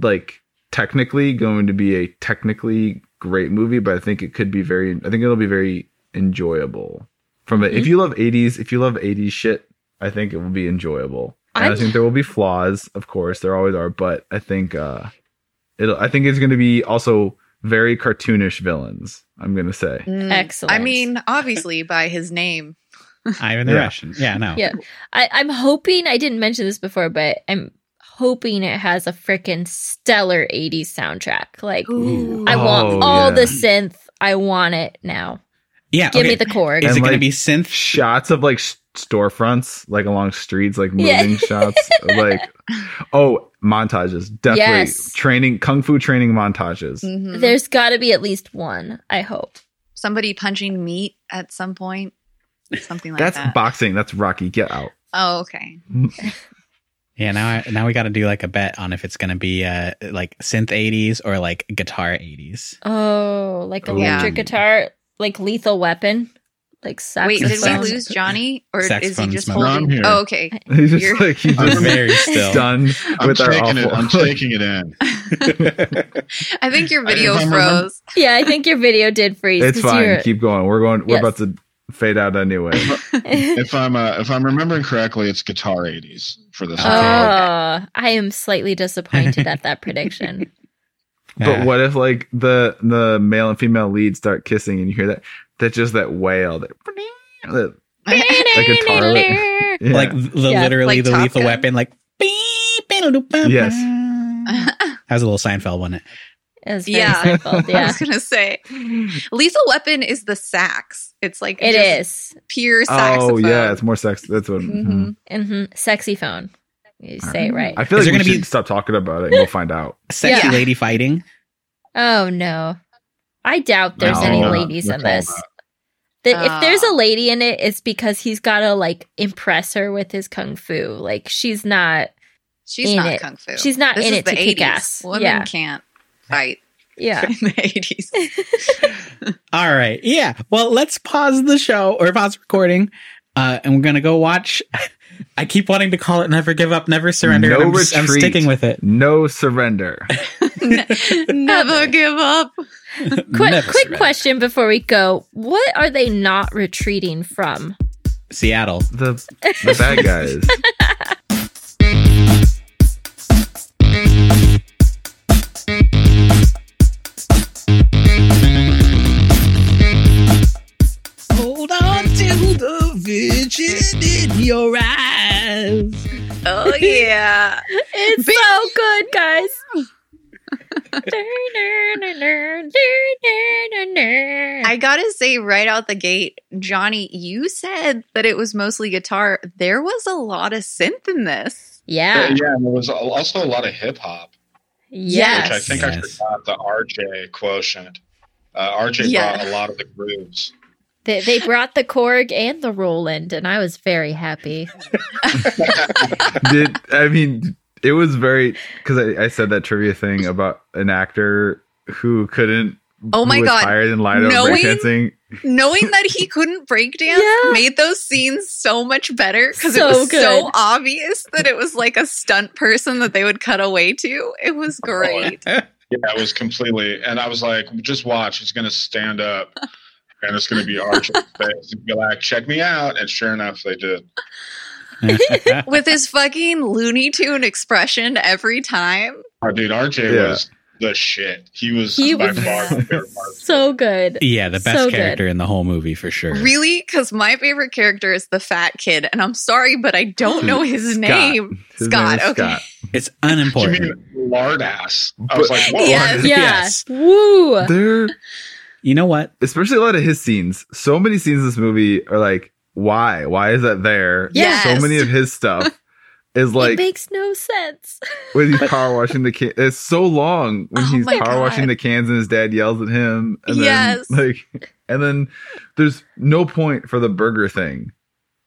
S4: like technically going to be a technically great movie, but I think it could be very. I think it'll be very enjoyable from it. If you love '80s, if you love '80s shit, I think it will be enjoyable. And I
S3: I'm-
S4: think there will be flaws, of course, there always are, but I think uh, it'll. I think it's going to be also very cartoonish villains. I'm going to say.
S1: Mm.
S3: Excellent.
S1: I mean, obviously by his name.
S2: Ivan the
S4: Yeah.
S2: Russian. Yeah, no.
S3: Yeah. I, I'm hoping I didn't mention this before, but I'm hoping it has a freaking stellar 80s soundtrack. Like
S2: Ooh.
S3: I
S4: Oh,
S3: want all
S4: yeah.
S3: the synth. I want it now.
S2: Yeah,
S3: Give
S2: okay.
S3: me the chord.
S2: Is
S4: And,
S2: it going to
S4: like,
S2: be synth?
S4: shots of like s- storefronts, like along streets, like moving
S3: Yeah.
S4: shots, like oh montages, definitely
S3: Yes.
S4: training kung fu training montages.
S1: Mhm.
S3: There's got to be at least one. I hope.
S1: Somebody punching meat at some point. Something like
S4: That's
S1: that.
S4: boxing. That's Rocky. Get out. [laughs]
S1: oh, okay.
S2: Yeah, now I, now we got to do like a bet on if it's going to be uh like synth 80s or like guitar 80s.
S3: Oh, like
S4: Ooh.
S3: electric
S4: Yeah.
S3: guitar, like lethal weapon, like
S1: Wait,
S3: saxophone.
S1: did we
S2: Saxophone.
S1: lose Johnny? Or is he
S2: Saxophone
S1: just
S2: smoke.
S5: No, I'm
S1: holding?
S5: here.
S1: Oh, okay. [laughs]
S4: He's just
S1: You're-
S4: like he's
S2: I'm
S4: just
S2: very still.
S4: stunned
S5: I'm
S4: with our
S5: taking
S4: awful. [laughs]
S5: it. I'm taking it in.
S1: I think your
S5: I- if
S1: video
S5: I'm remem-
S1: froze.
S3: [laughs] Yeah, I think your video did freeze.
S4: it's
S3: 'cause
S4: fine.
S3: you're- [laughs]
S4: Keep going. We're going.
S3: Yes.
S4: We're about to fade
S2: [laughs]
S4: out anyway.
S5: If I'm uh, if I'm remembering correctly, it's guitar 80s for this.
S2: Okay.
S5: one.
S3: Oh, I am slightly disappointed at that
S1: [laughs]
S3: prediction.
S2: Yeah.
S4: But what if like the the male and female leads start kissing and you hear that that just that wail that, [laughs] that
S1: [laughs]
S4: guitar yeah.
S2: Like the,
S3: Yeah.
S2: literally
S1: Like
S2: the
S1: Top
S2: lethal
S1: Gun?
S2: weapon, like beep. Yes.
S3: [laughs]
S4: Yes.
S2: That was a little Seinfeld, wasn't it?
S3: It was very
S1: Yeah.
S3: Seinfeld,
S1: I [laughs]
S3: yeah.
S1: was gonna say, lethal weapon is the sax. It's like
S3: It
S1: just
S3: is.
S1: pure saxophone.
S4: oh yeah, it's more sex. That's what. mhm.
S1: Mhm.
S3: hmm Sexy phone. You say it right.
S4: I feel
S2: Is
S4: like
S2: there gonna
S4: we should
S2: be-
S4: stop talking about it and we'll find out.
S2: Sexy
S1: Yeah.
S2: lady fighting.
S3: Oh no. I doubt there's
S5: No,
S3: any
S5: no,
S3: ladies in
S5: that's all
S3: this.
S5: that.
S3: That if there's a
S1: Ah.
S3: lady in it, it's because he's gotta like impress her with his kung fu. Like she's not
S1: She's
S3: in
S1: not
S3: it.
S1: kung fu. [laughs]
S3: she's not
S1: this
S3: in
S1: is
S3: it
S1: the
S3: to kick
S1: 80s.
S3: ass.
S1: Women
S3: yeah.
S1: can't [laughs] fight
S3: Yeah.
S1: in the [laughs] 80s.
S2: All right. Yeah. Well, let's pause the show or pause recording. Uh, and we're going to go watch. [laughs] I keep wanting to call it Never Give Up, Never Surrender.
S4: No
S2: and I'm, s- I'm
S4: retreat.
S2: sticking with
S3: [laughs]
S2: it.
S1: [laughs]
S4: No surrender.
S1: Never give up.
S3: Quick
S2: Never
S3: quick
S2: surrender.
S3: question before we go. What are they not retreating from?
S2: Seattle.
S4: The the
S1: [laughs]
S4: bad guys.
S2: Hold on to the vision in your eyes.
S1: Oh [laughs] yeah.
S3: It's so [laughs] good,
S1: [laughs]
S3: guys.
S1: I gotta say, right out the gate, Johnny, you said that it was mostly guitar. There was a lot of synth in this.
S5: Uh,
S3: yeah.
S5: yeah, and there was al- also a lot of hip hop.
S3: Yes.
S5: which I think I
S2: Yes.
S5: forgot the RJ quotient. Uh, RJ
S1: Yeah.
S5: brought a lot of the grooves.
S3: They, they brought the Korg and the Roland, and I was very happy.
S4: did I mean it was very because I, I said that trivia thing about an actor who couldn't.
S1: Oh
S4: who
S1: my
S4: was
S1: God.
S4: Higher than Lido
S1: Knowing-
S4: breakdancing.
S1: Knowing that [laughs] he couldn't breakdance
S3: Yeah.
S1: made those scenes so much better because
S3: So
S1: it was
S3: good.
S1: so obvious that it was like a stunt person that they would cut away to. It was great.
S5: Yeah, it was completely. And I was like, just watch. He's going to stand up and it's going to be RJ's face. And be like, check me out. And sure enough, they did.
S1: With his fucking Looney Tune expression every time.
S5: Oh, dude, RJ
S4: Yeah.
S5: was the shit. He was
S3: He
S5: by
S3: was
S5: far my favorite part.
S3: So good.
S2: yeah, the best
S3: So good.
S2: character in the whole movie for sure.
S1: Really? Because my favorite character is the fat kid, and I'm sorry, but I don't know his
S4: Scott.
S1: name.
S4: His name
S1: Scott,
S4: is
S1: okay.
S4: Scott.
S2: It's
S5: You
S2: unimportant.
S5: mean lard ass? I was
S4: But-
S5: like, whoa.
S1: Yes.
S3: Yeah.
S2: Yes.
S3: Woo.
S4: They're
S2: You know what?
S4: especially a lot of his scenes. So many scenes in this movie are like, why? Why is that there?
S1: Yes.
S4: So many of his stuff is
S3: it
S4: like
S3: makes no sense.
S4: when he's power washing the can. It's so long when
S1: Oh
S4: he's
S1: my
S4: power washing
S1: God.
S4: the cans and his dad yells at him. And
S1: Yes.
S4: Then, [laughs] like, and then there's no point for the burger thing.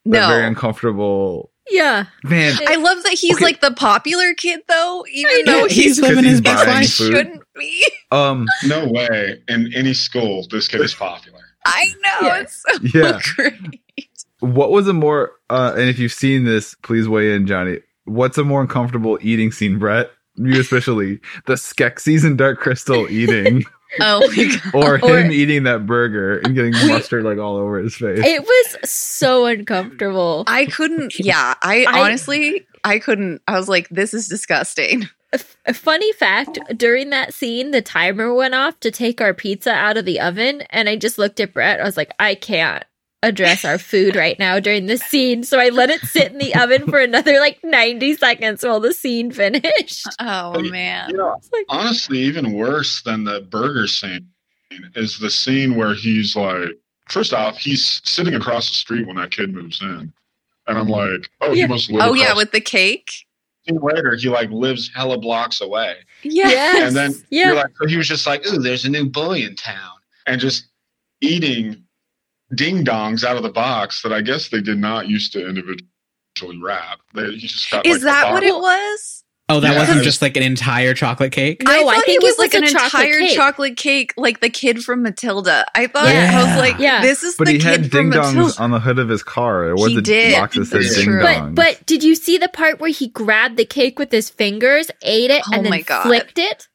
S4: That
S1: No.
S4: Very uncomfortable.
S3: Yeah.
S4: Man,
S1: I love that he's
S4: Okay.
S1: like the popular kid though,
S3: I
S1: even
S3: know.
S1: though
S2: Yeah, he's
S1: he's
S2: living
S4: he's
S2: his best
S4: buying
S2: life.
S4: food.
S1: shouldn't be. [laughs]
S4: um,
S5: No way. In any school, this kid is popular.
S1: I know
S3: Yeah.
S1: it's so
S4: yeah.
S1: great.
S4: What was a more, uh, and if you've seen this, please weigh in, Johnny. What's a more uncomfortable eating scene, Brett? You especially the Skeksis and Dark Crystal
S1: [laughs]
S4: eating,
S1: Oh my god!
S4: or
S3: Or-
S4: him eating that burger and getting mustard like all over his face.
S3: It was so uncomfortable.
S1: I
S4: [laughs]
S1: couldn't. Yeah, I,
S3: I-
S1: honestly I couldn't. I was like, this is disgusting.
S3: A f- a funny fact during that scene, the timer went off to take our pizza out of the oven. And I just looked at Brett. I was like, I can't address our food right now during this scene. So I let it sit in the oven for another like 90 seconds while the scene
S1: [laughs]
S3: finished.
S1: Oh
S5: Hey,
S1: man!
S5: You know,
S3: It's like-
S5: honestly, even worse than the burger scene is the scene where he's like, first off, he's sitting across the street when that kid moves in. And I'm like, oh,
S3: Yeah.
S5: he must live.
S1: Oh yeah,
S5: across
S1: with the cake.
S5: the street. later, he like lives hella blocks away.
S1: Yeah,
S5: And then
S3: yeah.
S5: you're like, so he was just like, ooh, there's a new boy in town. And just eating ding dongs out of the box that I guess they did not used to individually wrap. They, he just got, like,
S1: is
S5: a
S1: that what
S5: box.
S1: it was?
S2: Oh, that
S5: Yeah.
S2: wasn't just like an entire chocolate cake.
S3: No, I
S1: thought
S3: think
S1: it was
S3: it was
S1: like
S3: a
S1: an
S3: chocolate
S1: entire
S3: cake.
S1: chocolate cake, like the kid from Matilda. I thought I
S2: Yeah.
S1: was like,
S3: Yeah.
S1: this is
S4: But
S1: the
S4: he
S1: kid
S4: had
S1: from
S4: ding dongs
S1: Matilda.
S4: on the hood of his car. It was
S1: He
S4: a
S1: did.
S4: box that said
S5: That's
S4: ding
S1: true.
S4: dongs.
S3: But but did you see the part where he grabbed the cake with his fingers, ate it,
S1: Oh
S3: and
S1: my
S3: then
S1: God.
S3: flicked it?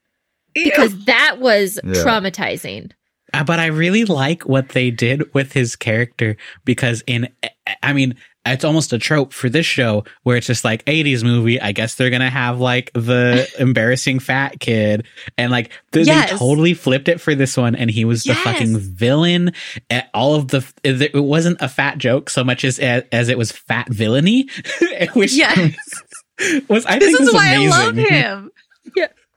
S3: Because that was
S4: Yeah.
S3: traumatizing.
S2: Uh, but I really like what they did with his character because in, I mean, it's almost a trope for this show where it's just like 80s movie. I guess they're going to have like
S1: [laughs]
S2: the embarrassing fat kid. And like they, they
S1: Yes.
S2: totally flipped it for this one. And he was the
S1: Yes.
S2: fucking villain. And all of the, it wasn't a fat joke so much as, as it was fat villainy, [laughs] which
S1: yes,
S2: [laughs] was, I
S1: this
S2: think
S1: is
S2: was
S1: why
S2: amazing.
S1: I love him.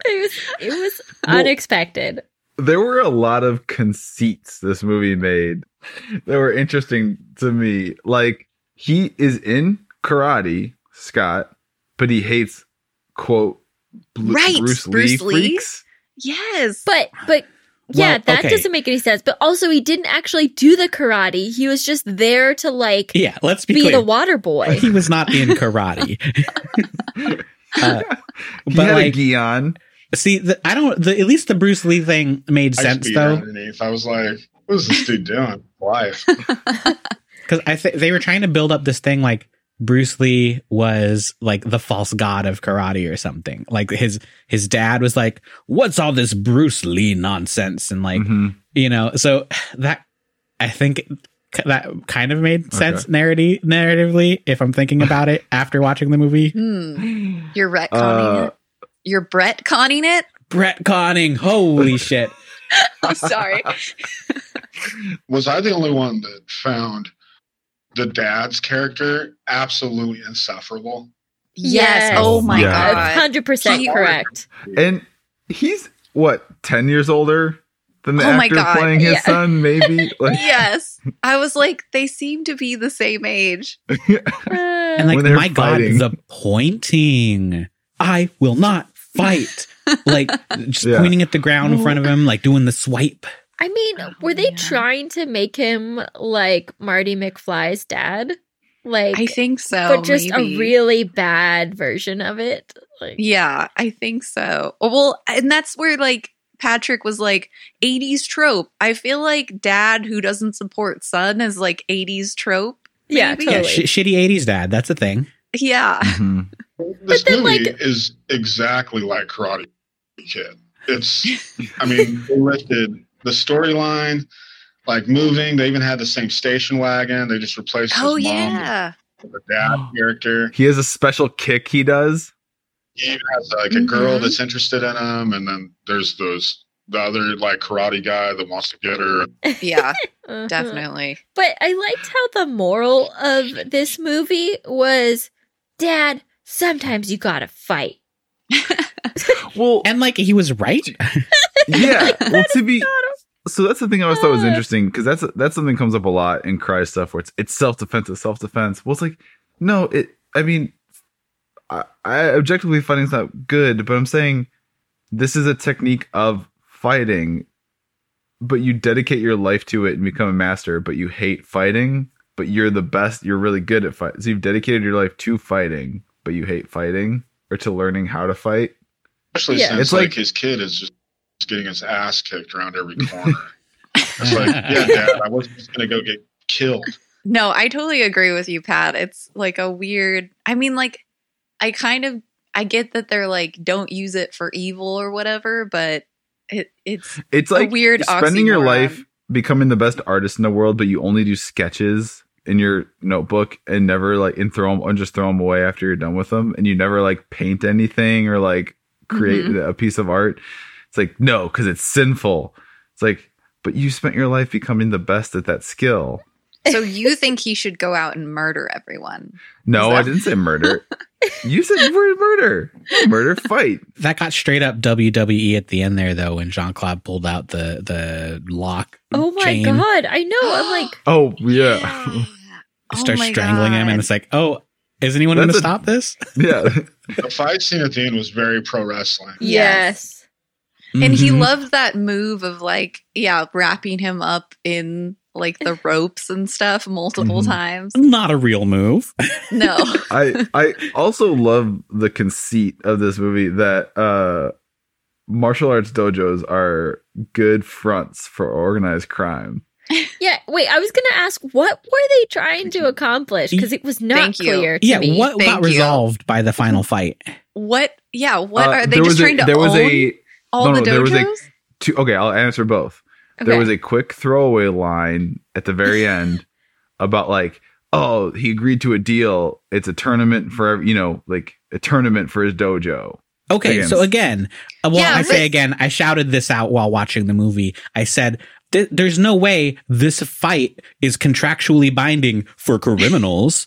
S3: It was it was
S4: Well-
S3: unexpected.
S4: there were a lot of conceits this movie made that were interesting to me. Like he is in karate, Scott, but he hates quote Blu-
S1: Right,
S4: Bruce Lee,
S1: Bruce Lee.
S4: freaks.
S1: Yes,
S3: But but yeah,
S2: Well,
S3: that
S2: okay.
S3: doesn't make any sense. But also he didn't actually do the karate. He was just there to like
S2: Yeah. Let's be,
S3: be
S2: clear.
S3: the
S1: [laughs]
S3: water boy.
S2: he was not in
S4: [laughs]
S2: karate. Uh,
S4: He
S2: but
S4: had
S2: like,
S4: a Gion.
S2: see, the, I don't. The, at least the Bruce Lee thing made
S5: I
S2: sense
S5: beat
S2: though,
S5: Underneath. I was like, what is this dude doing? Life.
S2: because I think they were trying to build up this thing like Bruce Lee was like the false god of karate or something. Like his his dad was like, "What's all this Bruce Lee nonsense?" And like
S4: Mhm.
S2: you know, so that I think k- that kind of made sense narrati- narratively if I'm thinking about it after watching the movie.
S1: Hmm. You're retconning
S4: Uh,
S1: it. You're Brett conning it.
S2: Brett Conning,
S4: [laughs]
S2: holy shit!
S1: [laughs] I'm sorry.
S5: was I the only one that found the dad's character absolutely insufferable?
S1: Yes.
S3: [laughs] Yes.
S1: Oh my
S4: Yeah.
S1: god.
S3: Hundred percent
S1: He-
S3: correct.
S4: And he's what, ten years older than the
S1: Oh my
S4: actor
S1: God,
S4: playing his
S3: yeah.
S1: [laughs]
S4: son, maybe? Like
S1: Yes. I was like, they seem to be the same age.
S3: Uh,
S2: And like,
S4: When they're
S2: my
S4: fighting.
S2: god, the pointing! I will not fight,
S4: [laughs]
S2: like just
S4: Yeah.
S2: pointing at the ground in front of him, like doing the swipe.
S3: I mean,
S1: Oh,
S3: were they
S1: yeah.
S3: trying to make him like Marty McFly's dad? Like,
S1: I think so.
S3: but just
S1: maybe.
S3: a really bad version of it. Like,
S1: Yeah, I think so. Oh, Well, and that's where like Patrick was like 80s trope. I feel like dad who doesn't support son is like 80s trope.
S3: yeah,
S1: maybe?
S3: totally.
S2: Yeah, sh- shitty '80s dad. That's a thing. [laughs]
S1: Yeah.
S4: Mhm.
S5: This
S3: then,
S5: movie
S3: like-
S5: is exactly like Karate Kid. It's, I mean, they lifted the storyline, like moving. They even had the same station wagon. They just replaced his
S1: Oh
S5: mom
S1: yeah.
S5: with the dad character.
S4: He has a special kick he does.
S5: He even has like a girl
S1: Mhm.
S5: that's interested in him, and then there's those the other like karate guy that wants to get her.
S1: [laughs] Yeah,
S3: Uh-huh.
S1: definitely.
S3: But I liked how the moral of this movie was, Dad. Sometimes you gotta fight.
S4: Well,
S2: And like he was
S4: [laughs]
S2: right.
S4: yeah. Well, to be
S3: Not
S4: so that's the thing I always thought was
S3: Uh.
S4: interesting because that's that's something that comes up a lot in cry stuff where it's it's self defense, it's self defense. Well, it's like no, it. I mean, I, I objectively fighting's not good, but I'm saying this is a technique of fighting, but you dedicate your life to it and become a master, but you hate fighting, but you're the best. You're really good at fight. So you've dedicated your life to fighting, but you hate fighting or to learning how to fight.
S5: Especially
S3: Yeah.
S5: since
S4: It's
S5: like,
S4: like-
S5: his kid is just getting his ass kicked around every corner.
S2: [laughs]
S5: it's like, yeah, Dad, I wasn't just gonna go get killed.
S1: No, I totally agree with you, Pat. It's like a weird. I mean, like, I kind of I get that they're like don't use it for evil or whatever, but it it's
S4: It's like
S1: a weird
S4: spending your
S1: oxymoron.
S4: life becoming the best artist in the world, but you only do sketches in your notebook and never like and throw them and just throw them away after you're done with them, and you never like paint anything or like create
S1: Mm-hmm.
S4: a piece of art. It's like no, because it's sinful. It's like, but you spent your life becoming the best at that skill.
S1: So [laughs] you think he should go out and murder everyone?
S4: No,
S1: Is
S4: I
S1: that-
S4: didn't
S1: [laughs]
S4: say murder. you said the word murder, murder fight.
S2: That got straight up WWE at the end there though, when Jean Claude pulled out the the lock.
S3: Oh my
S2: chain,
S3: god! I know.
S1: [gasps]
S3: I'm like,
S4: Oh
S2: [laughs]
S4: yeah,
S2: Starts
S1: Oh my
S2: strangling him, and
S1: God.
S2: it's like, oh, is anyone
S4: That's
S2: going to
S4: a-
S2: stop this?
S4: [laughs] yeah.
S5: The fight scene at the end was very pro wrestling.
S3: yes.
S1: Yes. and he
S4: Mm-hmm.
S2: Mhm.
S1: loved that move of like yeah wrapping him up in like the ropes and stuff multiple
S4: Mhm.
S1: times
S2: Not a real move.
S1: no
S4: I I also love the conceit of this movie that uh martial arts dojos are good fronts for organized crime.
S3: Yeah. Wait, I was gonna ask, what were they
S1: [laughs]
S3: trying to accomplish? Because it was not
S1: Thank you.
S3: clear. To
S2: Yeah,
S3: me. [laughs]
S2: what got
S1: Thank you.
S2: resolved by the final fight?
S1: what yeah what
S4: Uh,
S1: are they
S4: there was
S1: just
S4: a-
S1: trying to
S4: There was
S1: own
S4: a
S1: all
S4: no,
S1: the
S4: no,
S1: dojos
S4: there was a- two, okay, I'll answer both. There was a quick throwaway line at the
S1: [laughs]
S4: very end about like, oh, he agreed to a deal. It's a tournament for you know, like a tournament for
S1: [laughs]
S4: his dojo.
S2: Okay,
S4: Again.
S2: so again, uh, well,
S1: Yeah,
S2: I say
S1: but-
S2: again, I shouted this out while watching the movie. I said, "Th- "There's no way this fight is contractually binding for criminals."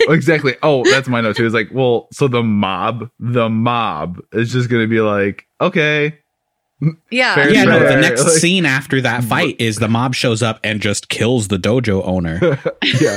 S4: exactly. Oh, that's my note too. It's like, well, so the mob, the mob is just gonna be like, okay,
S1: yeah
S4: Fair-
S2: yeah, no. The
S4: [laughs] Right,
S2: next
S4: like-
S2: scene after that fight is the mob shows up and just kills the dojo owner.
S4: [laughs]
S1: [laughs]
S4: yeah.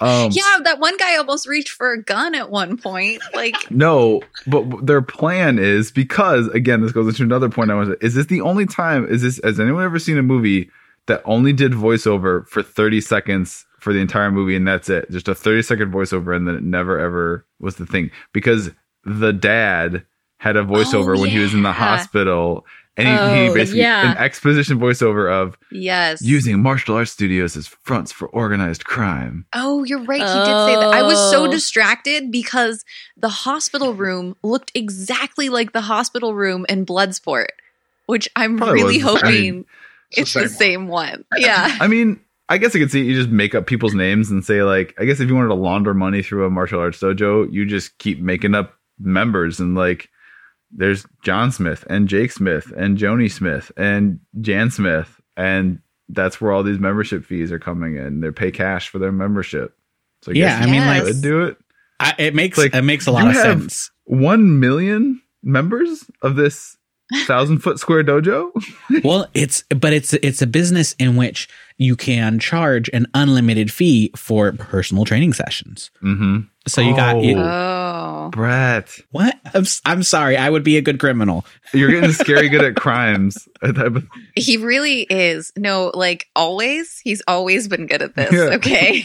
S4: Um,
S1: yeah that one guy almost reached for a gun at one point
S4: [laughs]
S1: like
S4: No, but w- their plan is because again, this goes into another point. I was is this the only time? Is this has anyone ever seen a movie that only did voiceover for thirty seconds for the entire movie and that's it? Just a thirty second voiceover, and then it never ever was the thing because the dad had a voiceover
S1: Oh,
S4: when he was in the
S1: yeah.
S4: hospital. And he, he
S3: Oh,
S4: basically
S3: yeah.
S4: an exposition voiceover of
S1: yes
S4: using martial arts studios as fronts for organized crime.
S1: Oh, you're right. He did say that. I was
S3: Oh.
S1: so distracted because the hospital room looked exactly like the hospital room in Bloodsport, which I'm
S4: Probably
S1: really
S4: was the same.
S1: hoping it's the same one.
S4: [laughs]
S1: Yeah.
S4: I mean, I guess I could see you just make up people's names and say like, I guess if you wanted to launder money through a martial arts dojo, you just keep making up members and like, there's John Smith and Jake Smith and Joni Smith and Jan Smith and that's where all these membership fees are coming in. They pay cash for their membership. So I
S2: Yeah,
S4: guess
S2: I mean,
S4: you
S1: Yes.
S2: like
S4: could do it.
S2: I, it makes
S4: Like,
S2: it makes a lot
S4: you
S2: of
S4: have-
S2: sense.
S4: One million members of this thousand foot square dojo.
S2: well, it's but it's it's a business in which you can charge an unlimited fee for personal training sessions.
S4: Mm-hmm.
S2: So you got you,
S4: Oh.
S1: Oh.
S4: Brett,
S2: what? I'm, s- I'm sorry. I would be a good criminal.
S4: you're getting scary good at crimes. [laughs] A type of-
S1: He really is. No, like always, he's always been good at this.
S4: Yeah.
S1: Okay.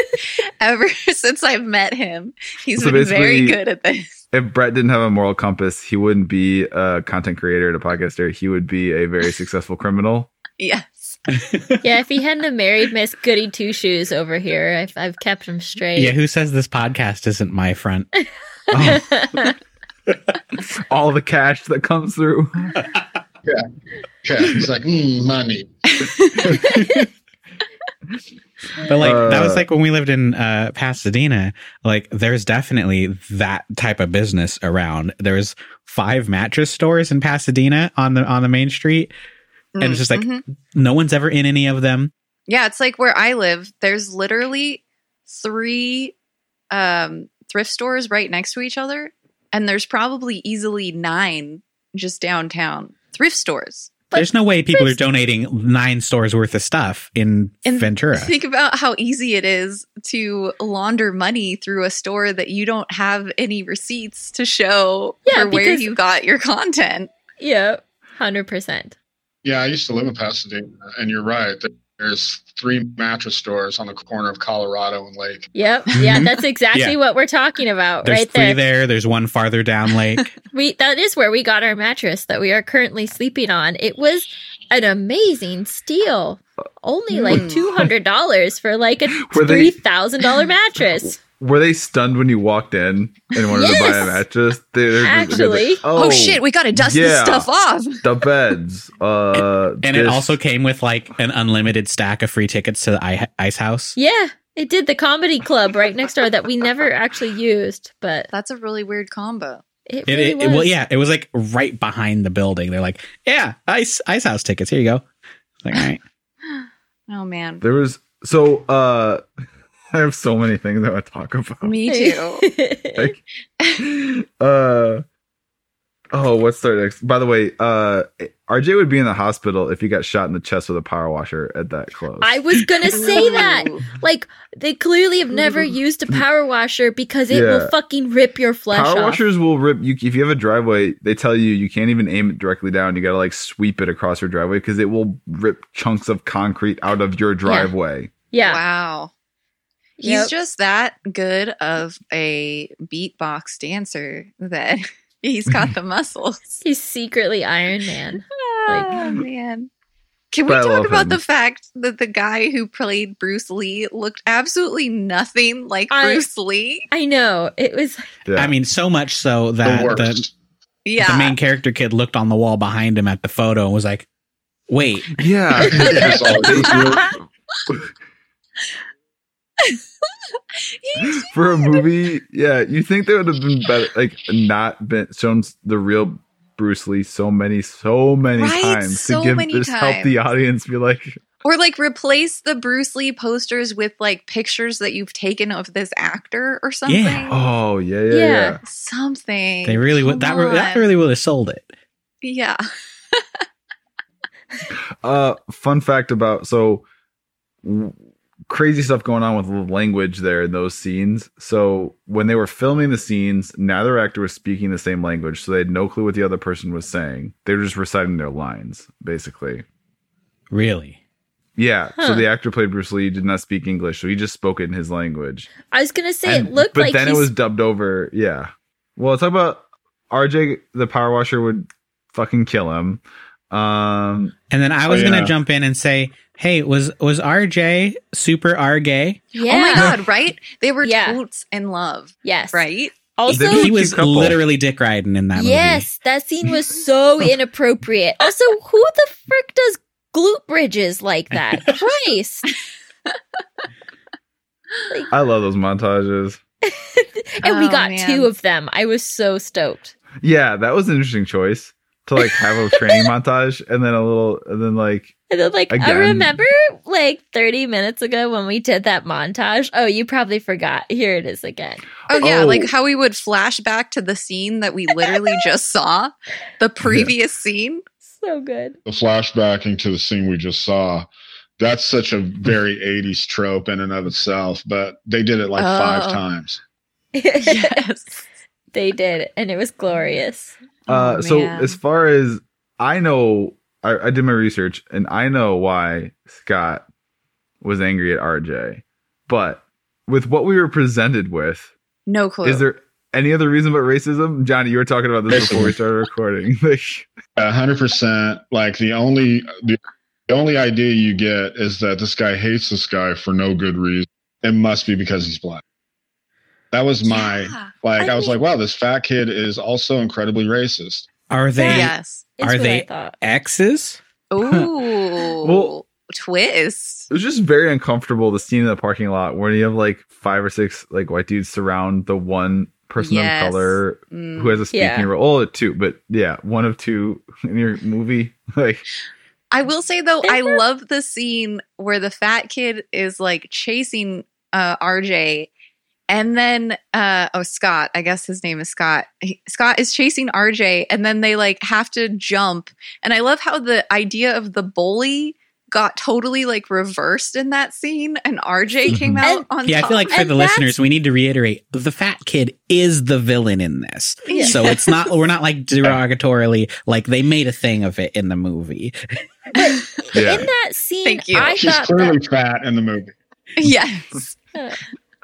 S1: [laughs] Ever [laughs] since I've met him, he's
S4: So
S1: been very
S4: basically-
S1: good at this. [laughs]
S4: If Brett didn't have a moral compass, he wouldn't be a content creator and a podcaster. He would be a very successful criminal.
S1: Yes.
S3: yeah, if he hadn't have married Miss Goody Two Shoes over here, I've, I've kept him straight.
S2: Yeah, who says this podcast isn't my front?
S3: [laughs]
S4: All the cash that comes through.
S5: [laughs] Yeah, he's like mm, money.
S2: But like that was
S4: Uh,
S2: like when we lived in uh, Pasadena. Like there's definitely that type of business around. There was five mattress stores in Pasadena on the on the main street. And it's just like-
S1: Mhm.
S2: No one's ever in any of them.
S1: yeah, it's like where I live. There's literally three um, thrift stores right next to each other, and there's probably easily nine just downtown thrift stores.
S3: But
S2: there's no way people are
S3: first-
S2: donating nine stores worth of stuff in
S1: And [laughs]
S2: Ventura.
S1: Think about how easy it is to launder money through a store that you don't have any receipts to show
S3: Yeah,
S1: for where
S3: because-
S1: you got your content.
S3: yeah, hundred percent.
S5: Yeah, I used to live in Pasadena, and you're right. There's three mattress stores on the corner of Colorado and Lake.
S3: Yep. Yeah,
S2: Mhm.
S3: that's exactly
S2: Yeah.
S3: what we're talking about
S2: There's
S3: right
S2: three
S3: there.
S2: there. There's one farther down lake.
S3: We that is where we got our mattress that we are currently sleeping on. It was an amazing steal. Only like
S1: Mm.
S3: two hundred dollars for like a
S4: Were
S3: three
S4: they-
S3: thousand dollar mattress.
S4: Were they stunned when you walked in and wanted to buy
S3: Yes.
S4: a mattress? They're- they're just
S3: Actually.
S1: Oh, shit, we got to dust this
S4: yeah.
S1: stuff off.
S4: Oh, the beds. Uh,
S2: and it
S4: this-
S2: also came with like an unlimited stack of free tickets to the I- ice house.
S3: yeah. It did the comedy club right next door that we never actually used, but
S1: That's a really weird combo.
S3: it,
S2: It,
S3: really
S2: it-
S3: was.
S2: it- well, yeah, it was like right behind the building. They're like, yeah, ice ice house tickets. Here you go. Like, all right.
S1: Oh
S3: [laughs]
S1: man.
S4: there was so uh, [laughs] I have so many things I want to talk about.
S1: Me too.
S3: [laughs]
S4: like [laughs] uh oh what's their next by the way uh rj would be in the hospital if he got shot in the chest with a power washer at that close
S3: I was gonna say that.
S1: Ooh.
S3: Like they clearly have never
S1: Mm.
S3: used a power washer because it will
S4: Yeah.
S3: fucking rip your flesh
S4: power
S3: off.
S4: washers will rip you if you have a driveway they tell you you can't even aim it directly down you gotta like sweep it across your driveway because it will rip chunks of concrete out of your driveway
S3: Yeah.
S1: Wow. He's
S3: Yep.
S1: just that good of a beatbox dancer that [laughs] he's got
S3: [laughs]
S1: the muscles.
S3: He's secretly Iron Man.
S1: oh man. Can we
S4: Ah, But I love
S1: talk about
S4: him.
S1: the fact that the guy who played Bruce Lee looked absolutely nothing like
S3: I-
S1: Bruce Lee?
S3: I know. It was
S4: yeah
S2: I mean, so much so that
S5: the
S2: the,
S5: worst.
S1: Yeah.
S2: the main character kid looked on the wall behind him at the photo and was like, wait,
S5: [laughs]
S4: yeah
S5: It's all- it's real-
S1: He-
S4: for a movie yeah you think they would have been better like not been shown the real bruce lee so many so many
S1: Right,
S4: times
S1: so
S4: to give
S1: many
S4: just help the
S1: times.
S4: audience be like
S1: or like replace the Bruce Lee posters with like pictures that you've taken of this actor or something.
S4: oh yeah yeah
S3: Yeah.
S4: yeah,
S1: Something.
S2: they really would that,
S1: Come
S2: re- that
S1: on.
S2: really would have sold it.
S1: Yeah. Oh
S4: uh fun fact about so w- crazy stuff going on with the language there in those scenes so when they were filming the scenes neither actor was speaking the same language so they had no clue what the other person was saying they were just reciting their lines basically
S2: Really?
S4: Yeah.
S3: Huh.
S4: So the actor played Bruce Lee did not speak English, so he just spoke it in his language.
S3: I was gonna say it
S4: And-
S3: looked
S4: but
S3: like
S4: then
S3: he's,
S4: it was dubbed over. Yeah. Well, talk about RJ. The power washer would fucking kill him. Um,
S2: And then I
S5: Oh,
S2: was
S5: yeah.
S2: gonna jump in and say, hey, was was RJ super R gay?
S3: yeah.
S1: Oh my god, right? They were
S3: Yeah.
S1: totes in love,
S3: Yes.
S1: right?
S3: Also
S4: They were a
S2: He
S4: cute
S2: was
S4: couple.
S2: literally dick riding in that
S3: Yes, that scene was so inappropriate. Also, who the frick does glute bridges like that? Christ.
S4: I love those montages.
S3: And we
S1: Oh,
S3: got
S1: man.
S3: two of them. I was so stoked.
S4: Yeah, that was an interesting choice to like have
S1: [laughs]
S4: a training montage and then a little and then like
S3: And then, like, I
S4: Again.
S3: remember like 30 minutes ago when we did that montage. Oh, you probably forgot. Here it is again.
S1: Oh yeah,
S4: Oh.
S1: like how we would flash back to the scene that we literally just saw, the previous scene.
S3: So good. [laughs]
S5: the flashbacking to the scene we just saw. That's
S1: [laughs]
S5: such a very 80s trope in and of itself, but they did it like
S1: Oh.
S5: five times.
S1: yes.
S3: They did, and it was glorious.
S4: Uh,
S1: Oh,
S4: so
S1: man.
S4: as far as I know, I, I did my research and I know why Scott was angry at RJ. But with what we were presented with,
S1: No clue.
S4: is there any other reason but racism? Johnny, you were talking about this before we started recording. [laughs] Like,
S5: A hundred percent. Like the only the, the only idea you get is that this guy hates this guy for no good reason. It must be because he's black. That was my
S1: Yeah.
S5: like.
S3: I
S5: I, was
S3: mean-
S5: like, wow, this fat kid is also incredibly racist.
S2: Are they [laughs]
S1: Yes.
S3: It's
S2: Are
S3: what
S2: they-
S3: I thought.
S2: exes?
S1: Ooh.
S4: Well-
S1: twist.
S4: it was just very uncomfortable the scene in the parking lot where you have like five or six like white dudes surround the one person
S1: Yes.
S4: of color
S1: Mm.
S4: who has a speaking
S3: Yeah.
S4: role. Oh, two, but yeah, one of two in your movie. [laughs] Like,
S1: I will say though,
S3: They're
S1: I
S3: not-
S1: love the scene where the fat kid is like chasing uh, RJ, and then uh, oh Scott, I guess his name is Scott. He- Scott is chasing RJ, and then they like have to jump. And I love how the idea of the bully got totally like reversed in that scene, and RJ
S2: [laughs]
S1: came
S4: Mhm.
S1: out
S3: And-
S1: on.
S2: Yeah, I
S1: top.
S2: feel like for
S3: And
S2: the
S3: that's-
S2: listeners, we need to reiterate the fat kid is the villain in this.
S1: Yeah.
S2: So it's not we're not like derogatorily like they made a thing of it in the movie.
S4: yeah.
S3: In that scene,
S1: Thank you.
S3: I
S5: She's
S3: thought
S5: clearly
S3: that,
S5: fat in the movie.
S1: [laughs] yes,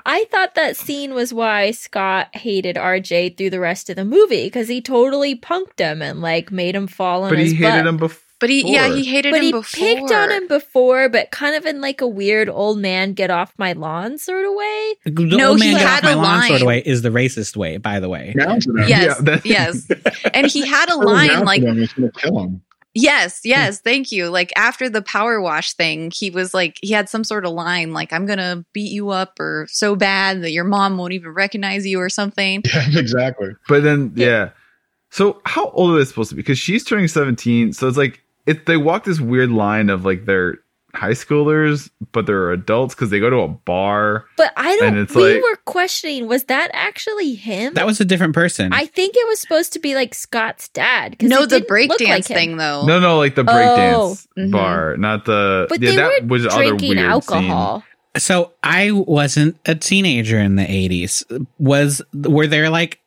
S3: I thought that scene was why Scott hated RJ through the rest of the movie because he totally punked him and like made him fall on
S4: but he
S3: his
S4: hated
S3: butt.
S4: him before.
S1: but he yeah he hated
S3: But
S1: him
S3: he
S1: before.
S3: picked on him before, but kind of in like a weird old man get off my lawn sort of way.
S2: The the
S1: No,
S2: old
S1: he
S2: man got
S1: had
S2: off my
S1: a
S2: lawn sort
S1: line.
S2: of way is the racist way, by the way.
S5: Now to them.
S1: Yes,
S4: Yeah, that- [laughs]
S1: yes, and he had a
S5: Now
S1: line
S5: to
S1: like
S5: them, it's gonna kill him. [laughs]
S1: Yes, yes, thank you. Like after the power wash thing, he was like he had some sort of line like I'm going to beat you up or so bad that your mom won't even recognize you or something.
S5: Yeah, exactly.
S4: But then, yeah. So how old are they supposed to be? Because she's turning seventeen, so it's like if they walk this weird line of like they're high schoolers, but they're adults because they go to a bar.
S3: But I
S4: And
S3: don't.
S4: it's
S3: We
S4: like-
S3: were questioning was that actually him?
S2: That was a different person.
S3: I think it was supposed to be like Scott's dad. 'cause
S1: No,
S3: it
S1: the
S3: didn't look
S1: breakdance
S3: like him.
S1: thing though.
S4: No, no, like the breakdance
S1: mhm.
S4: bar, not the.
S3: Oh, mm-hmm. But
S4: yeah,
S3: they
S4: that was the other
S3: Drinking
S4: weird
S3: alcohol.
S2: so I wasn't a teenager in the 80s. Was were there like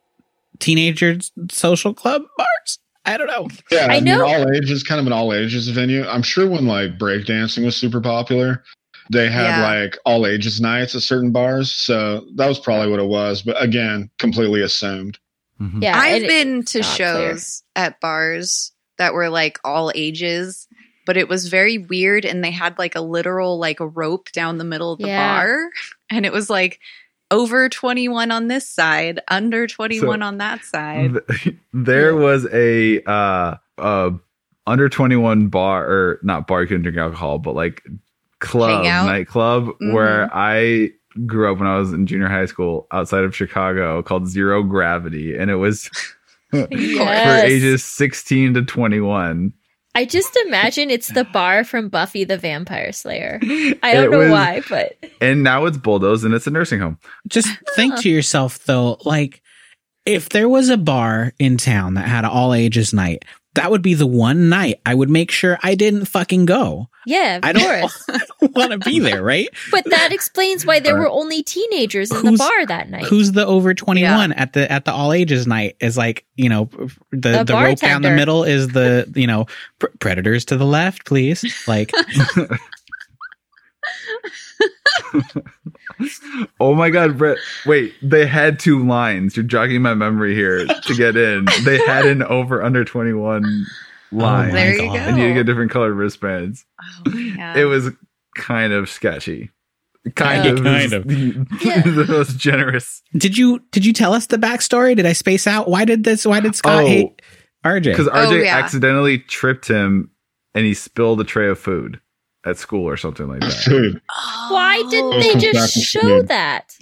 S2: teenagers social club bars? I don't know.
S5: Yeah,
S3: I
S5: I,
S3: know-
S5: mean, all ages, kind of an all ages venue. I'm sure when like breakdancing was super popular, they had
S1: Yeah.
S5: like all ages nights at certain bars. So that was probably what it was. But again, completely assumed.
S4: Scene. Mhm.
S3: Yeah,
S1: I've
S3: and it-
S1: been to
S3: not clear.
S1: shows at bars that were like all ages, but it was very weird and they had like a literal like a rope down the middle of the
S3: Yeah.
S1: bar [laughs] and it was like over 21 on this side, under 21 on that side.
S4: Th- [laughs] there was a uh uh under 21 bar or not bar you couldn't drink alcohol but like club
S1: Hangout?
S4: nightclub
S1: Mhm.
S4: where i grew up when i was in junior high school outside of chicago called zero gravity and it was [laughs]
S1: [laughs]
S3: Yes.
S4: for ages 16 to 21
S3: I just imagine it's the bar from Buffy the Vampire
S1: [laughs]
S3: Slayer. I
S4: It
S3: don't know
S4: was-
S3: why, but
S4: and now it's bulldozed and it's a nursing home
S1: [laughs]
S2: just think to yourself though like if there was a bar in town that had an all ages night that would be the one night i would make sure i didn't fucking go [laughs]
S3: yeah, of
S2: I don't-
S1: [laughs]
S3: course.
S2: want to be there right
S3: But that explains why there
S4: Uh,
S3: were only teenagers in the
S2: who's-
S3: bar that night.
S2: who's the over 21 at the at the all ages night is like you know the
S3: The
S2: the, rope down the
S3: bartender.
S2: middle is the you know pr- predators to the left please
S3: [laughs]
S2: like
S4: oh my god brett wait they had two lines you're jogging my memory here to get in they had an over under
S1: [laughs]
S4: 21 line
S2: my
S1: Oh, There you
S2: God.
S1: go.
S4: and you get different colored wristbands.
S1: Oh, yeah.
S4: It was kind of sketchy. Kind
S3: Yeah.
S4: of,
S2: Kind
S4: [laughs]
S2: of.
S3: Yeah.
S4: the most generous.
S2: did you did you tell us the backstory did i space out why did this why did scott
S4: Oh,
S2: hate rj
S4: because RJ
S1: yeah.
S4: accidentally tripped him, and he spilled a tray of food at school or something like that.
S5: [laughs] Food.
S3: why didn't
S1: Oh.
S3: they
S5: Welcome back
S3: just
S5: to
S3: show
S5: Sweden.
S3: that?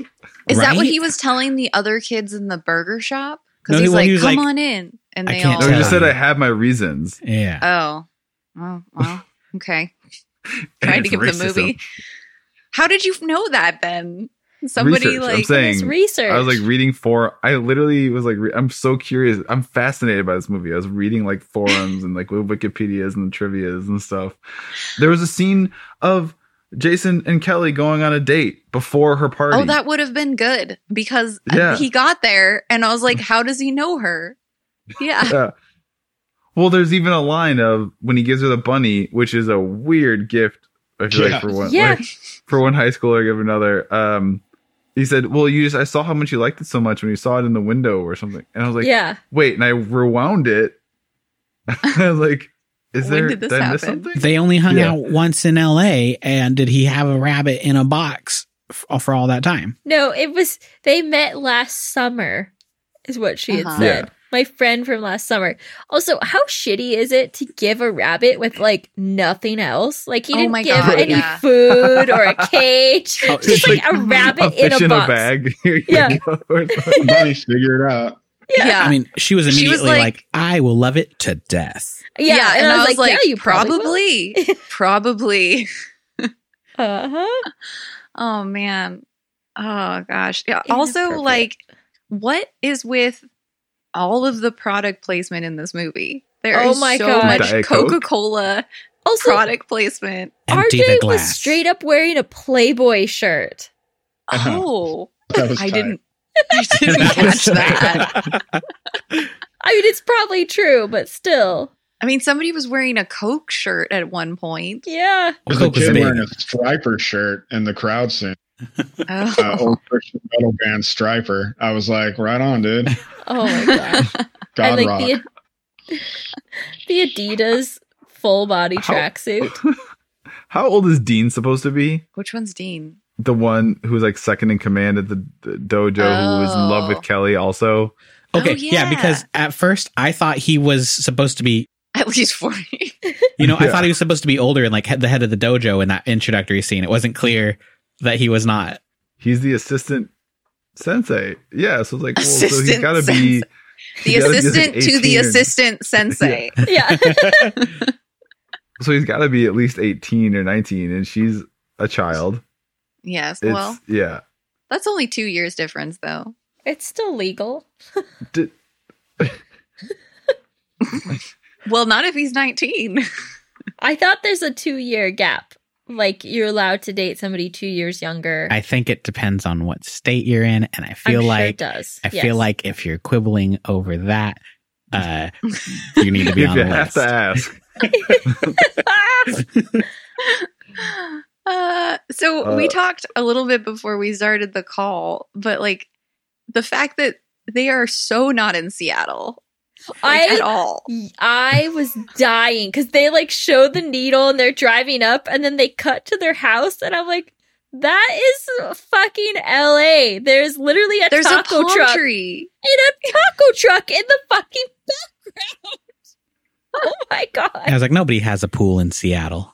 S1: Is that what
S2: Right?
S1: he was telling the other kids in the burger shop? Because
S2: No, he-
S1: he's
S2: well,
S1: like,
S2: he was
S1: "Come
S2: like,
S1: on in," and
S2: "I
S1: they
S2: can't
S1: all.
S4: No, he just said,
S2: Tell
S4: "I
S2: you.
S4: have my reasons."
S3: Uh,
S2: yeah
S1: Oh, oh, well, okay.
S4: And
S1: Trying to
S4: [laughs] it's
S1: give the
S4: racism.
S1: movie. How did you know that then? Somebody
S4: Research, I'm
S1: like
S4: saying.
S3: It's
S4: Dang.
S3: research.
S4: I was like reading for. I literally was like, re- I'm so curious. I'm fascinated by this movie. I was reading like forums and like Wikipedia's and trivia's and stuff. There was a scene of Jason and Kelly going on a date before her party.
S1: Oh, that would have been good because
S4: Yeah.
S1: he got there and I was like, how does he know her?
S3: [laughs]
S1: Yeah.
S4: [laughs] Yeah. Well, there's even a line of when he gives her the bunny, which is a weird gift. I feel
S5: Yeah.
S4: like for one,
S3: Yeah.
S4: like, for one high schooler, give another. Um, he said, "Well, you just I saw how much you liked it so much when you saw it in the window or something," and I was like,
S3: yeah.
S4: "Wait!" And I rewound it. [laughs] I was like, "Is
S1: When
S4: there
S1: did this
S4: did I miss
S1: happen?
S4: something?"
S2: They only hung
S4: Yeah.
S2: out once in L.A. And did he have a rabbit in a box f- for all that time?
S3: No, it was they met last summer, is what she
S1: Uh-huh.
S3: had said. My friend from last summer. Also, how shitty is it to give a rabbit with like nothing else? Like he
S1: Oh
S3: didn't
S1: my
S3: give
S1: God,
S3: any
S1: yeah.
S3: food or a cage.
S2: Oh,
S3: just
S4: it's
S3: like, a
S1: like
S3: rabbit
S4: a
S3: in
S4: fish
S3: a
S4: in a
S3: box.
S4: bag. [laughs] Here you
S3: Yeah.
S4: go. It's like,
S5: Somebody figure it out.
S3: Yeah.
S1: Yeah.
S2: I mean, she was
S1: She was
S2: immediately like,
S1: like-
S2: "I will love it to death."
S3: Yeah, and, I was like, yeah, you probably.
S1: probably,
S3: [laughs]
S1: probably.
S3: Uh huh.
S1: Oh man. Oh gosh. Yeah. Also,
S3: Inappropriate.
S1: like, what is with all of the product placement in this movie? There
S3: Oh
S1: is
S3: my
S1: so
S3: God.
S1: much
S4: Diet Coke?
S1: Coca Cola
S3: Also,
S1: product placement.
S2: Empty the
S3: RJ was
S2: glass.
S3: straight up wearing a Playboy shirt.
S5: Uh-huh.
S1: Oh,
S5: That was
S1: I
S5: tight.
S1: didn't. [laughs] I
S2: [laughs]
S4: [laughs]
S1: didn't catch that.
S3: I mean, it's probably true, but still.
S1: I mean, somebody was wearing a Coke shirt at one point.
S3: Yeah.
S5: There's a
S2: Coke was
S5: kid
S2: big.
S5: wearing a striper shirt in the crowd scene.
S1: Oh.
S5: Uh, old Christian metal band striper. I was like, right on, dude.
S3: Oh my gosh. I
S5: God rock.
S3: the [laughs] the Adidas full body
S2: [laughs]
S4: How-
S3: tracksuit.
S4: [laughs] How old is Dean supposed to be?
S1: Which one's Dean? [laughs]
S4: the one who was like second in command at the, the dojo who was in love
S1: Oh.
S4: with Kelly also.
S2: Okay,
S1: Oh,
S2: yeah. because at first I thought he was supposed to be,
S1: At least [laughs] forty.
S2: you know, I
S4: [laughs] Yeah.
S2: thought he was supposed to be older and like head- the head of the dojo in that introductory scene. It wasn't clear that he was not.
S4: He's the assistant sensei. Yeah, so it's like well, so he's
S1: Assistant
S4: got to be
S1: The
S4: he's gotta be, like,
S1: assistant to the
S4: 18 or- [laughs]
S1: assistant sensei.
S3: yeah.
S4: So he's got to be at least 18 or 19 and she's a child.
S1: Yes.
S4: It's
S1: well,
S4: yeah.
S1: that's only two years difference, though.
S3: It's still legal.
S4: D-
S1: Well, not if he's nineteen. [laughs]
S3: I thought there's a two year gap. Like you're allowed to date somebody two years younger.
S2: I think it depends on what state you're in, and I feel
S3: I'm sure it
S2: like
S3: does.
S2: I
S3: Yes.
S2: feel
S3: [laughs]
S2: like if you're quibbling over that, uh, you need to be
S4: [laughs] if
S2: on
S4: you
S2: the
S4: have
S2: list.
S4: to ask.
S1: Uh, so we
S4: Uh,
S1: talked a little bit before we started the call, but like the fact that they are so not in Seattle like, at
S3: I
S1: all.
S3: I was dying because they like show the needle and they're driving up and then they cut to their house and I'm like, that is fucking LA. There's literally a
S1: There's a
S3: taco
S1: palm
S3: truck
S1: tree.
S3: in a taco truck in the fucking background. Oh my
S2: I was like, nobody has a pool in Seattle.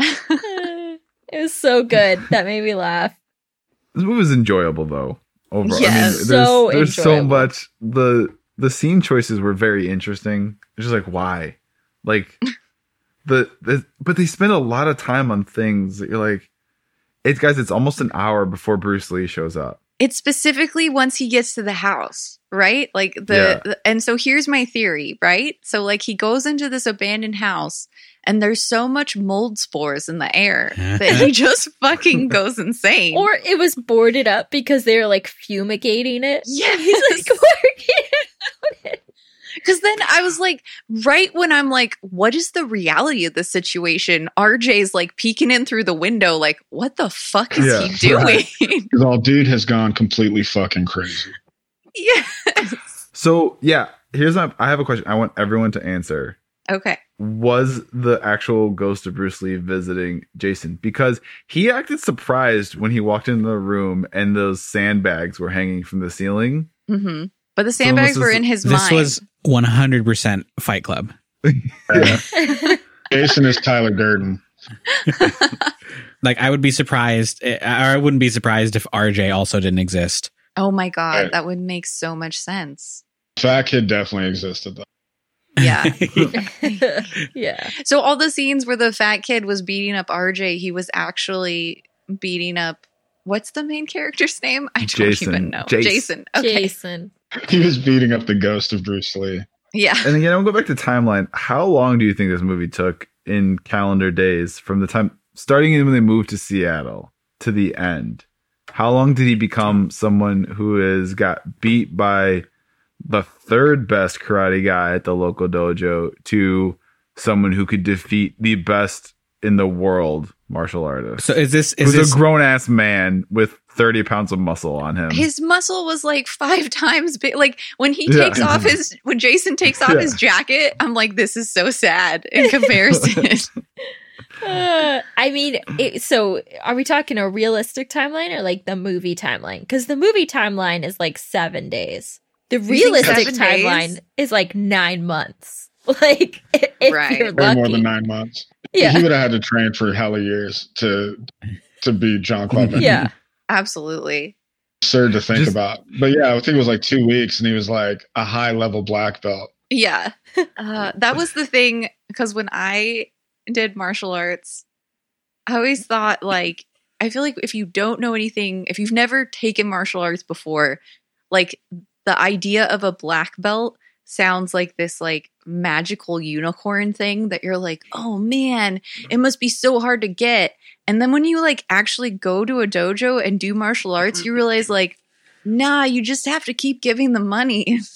S3: god. it was so good. That made me laugh.
S4: This movie was enjoyable though. Overall,
S1: Yeah,
S4: I mean, there's
S3: so
S4: there's so
S3: enjoyable.
S4: much the the scene choices were very interesting. It's just like why,
S3: [laughs]
S4: like the, the but they spend a lot of time on things that you're like, it's guys. It's almost an hour before Bruce Lee shows up.
S1: It's specifically once he gets to the house, right? Like the, the- and so here's my theory, right? So like he goes into this abandoned house and there's so much mold spores in the
S2: [laughs]
S1: air that he just fucking goes insane.
S3: Or it was boarded up because they were like fumigating it.
S1: Yes.
S3: [laughs] He's
S1: [laughs]
S3: like working.
S1: Because then I was like, right when I'm like, what is the reality of this situation? RJ's like peeking in through the window, like, what the fuck is
S4: Yeah,
S1: he doing? [laughs]
S5: right. Because all dude has gone completely fucking crazy.
S1: yes.
S4: So yeah, here's my. I have a question. I want everyone to answer.
S1: Okay.
S4: was the actual ghost of Bruce Lee visiting Jason because he acted surprised when he walked into the room and those sandbags were hanging from the ceiling.
S1: hmm But the
S4: almost
S1: sandbags
S4: as-
S1: were in his
S2: This
S1: mind.
S2: was 100% Fight Club.
S5: Uh, Jason is Tyler Durden.
S2: Like, I would be surprised, eh, or I wouldn't be surprised if RJ also didn't
S3: [laughs]
S2: exist. [laughs]
S1: oh my God.
S5: Right.
S1: That would make so much
S4: [laughs]
S1: sense.
S5: Fat kid definitely existed though.
S1: Yeah.
S3: [laughs] yeah.
S1: so all the scenes where the fat kid was beating up RJ, he was actually beating up. What's the main character's name? I don't
S4: Jason.
S1: even know.
S4: Jace.
S1: Jason. Okay.
S3: Jason.
S5: He was beating up the ghost of Bruce Lee.
S1: Yeah.
S4: And again, I'll go back to timeline. How long do you think this movie took in calendar days from the time? starting in when they moved to Seattle to the end, how long did he become someone who has got beat by the third best karate guy at the local dojo to someone who could defeat the best in the world martial artist?
S2: So is this is
S4: Who's
S2: this
S4: a grown ass man with 30 pounds of muscle on him.
S1: His muscle was like five times big. Like when he
S4: Yeah. [laughs]
S1: takes off his, when Jason takes off
S4: Yeah.
S1: his jacket, I'm like, this is so sad in
S4: [laughs]
S1: comparison.
S3: Uh, I mean, it, so are we talking a realistic timeline or like the movie timeline? Because the movie timeline is like seven days. The
S1: think
S3: realistic
S1: seven days?
S3: timeline is like nine months. [laughs] Like, i- if
S1: Right.
S3: you're
S5: Way
S3: lucky,
S5: more than nine months. He [laughs]
S3: yeah,
S5: would have had to train for hella years to to be John Claude Van Damme.
S3: yeah.
S1: Absolutely.
S5: Absurd to think
S4: Just-
S5: about. But yeah, I think it was like two weeks and he was like a high level black belt.
S1: Yeah. [laughs] Uh, that was the thing. Because when I did martial arts, I always thought, like, I feel like if you don't know anything, if you've never taken martial arts before, like, the idea of a black belt sounds like this, like, magical unicorn thing that you're like, oh man, it must be so hard to get. And then when you, like, actually go to a dojo and do martial arts, you realize, like, nah, you just have to keep giving the money. [laughs]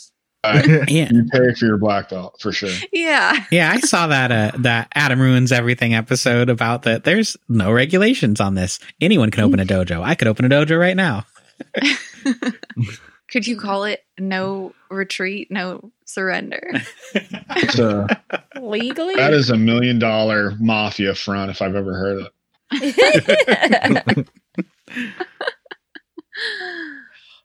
S5: Like,
S2: yeah.
S5: you pay for your black belt for
S3: [laughs]
S5: sure.
S1: yeah.
S2: Yeah, I saw that uh that Adam ruins everything episode about that there's no regulations on this. Anyone can open a dojo. I could open a dojo right now.
S1: could
S4: Mm-hmm.
S1: you call it no retreat, no surrender?
S4: [laughs]
S5: So
S3: legally.
S5: that is a million dollar mafia front if I've ever heard of it.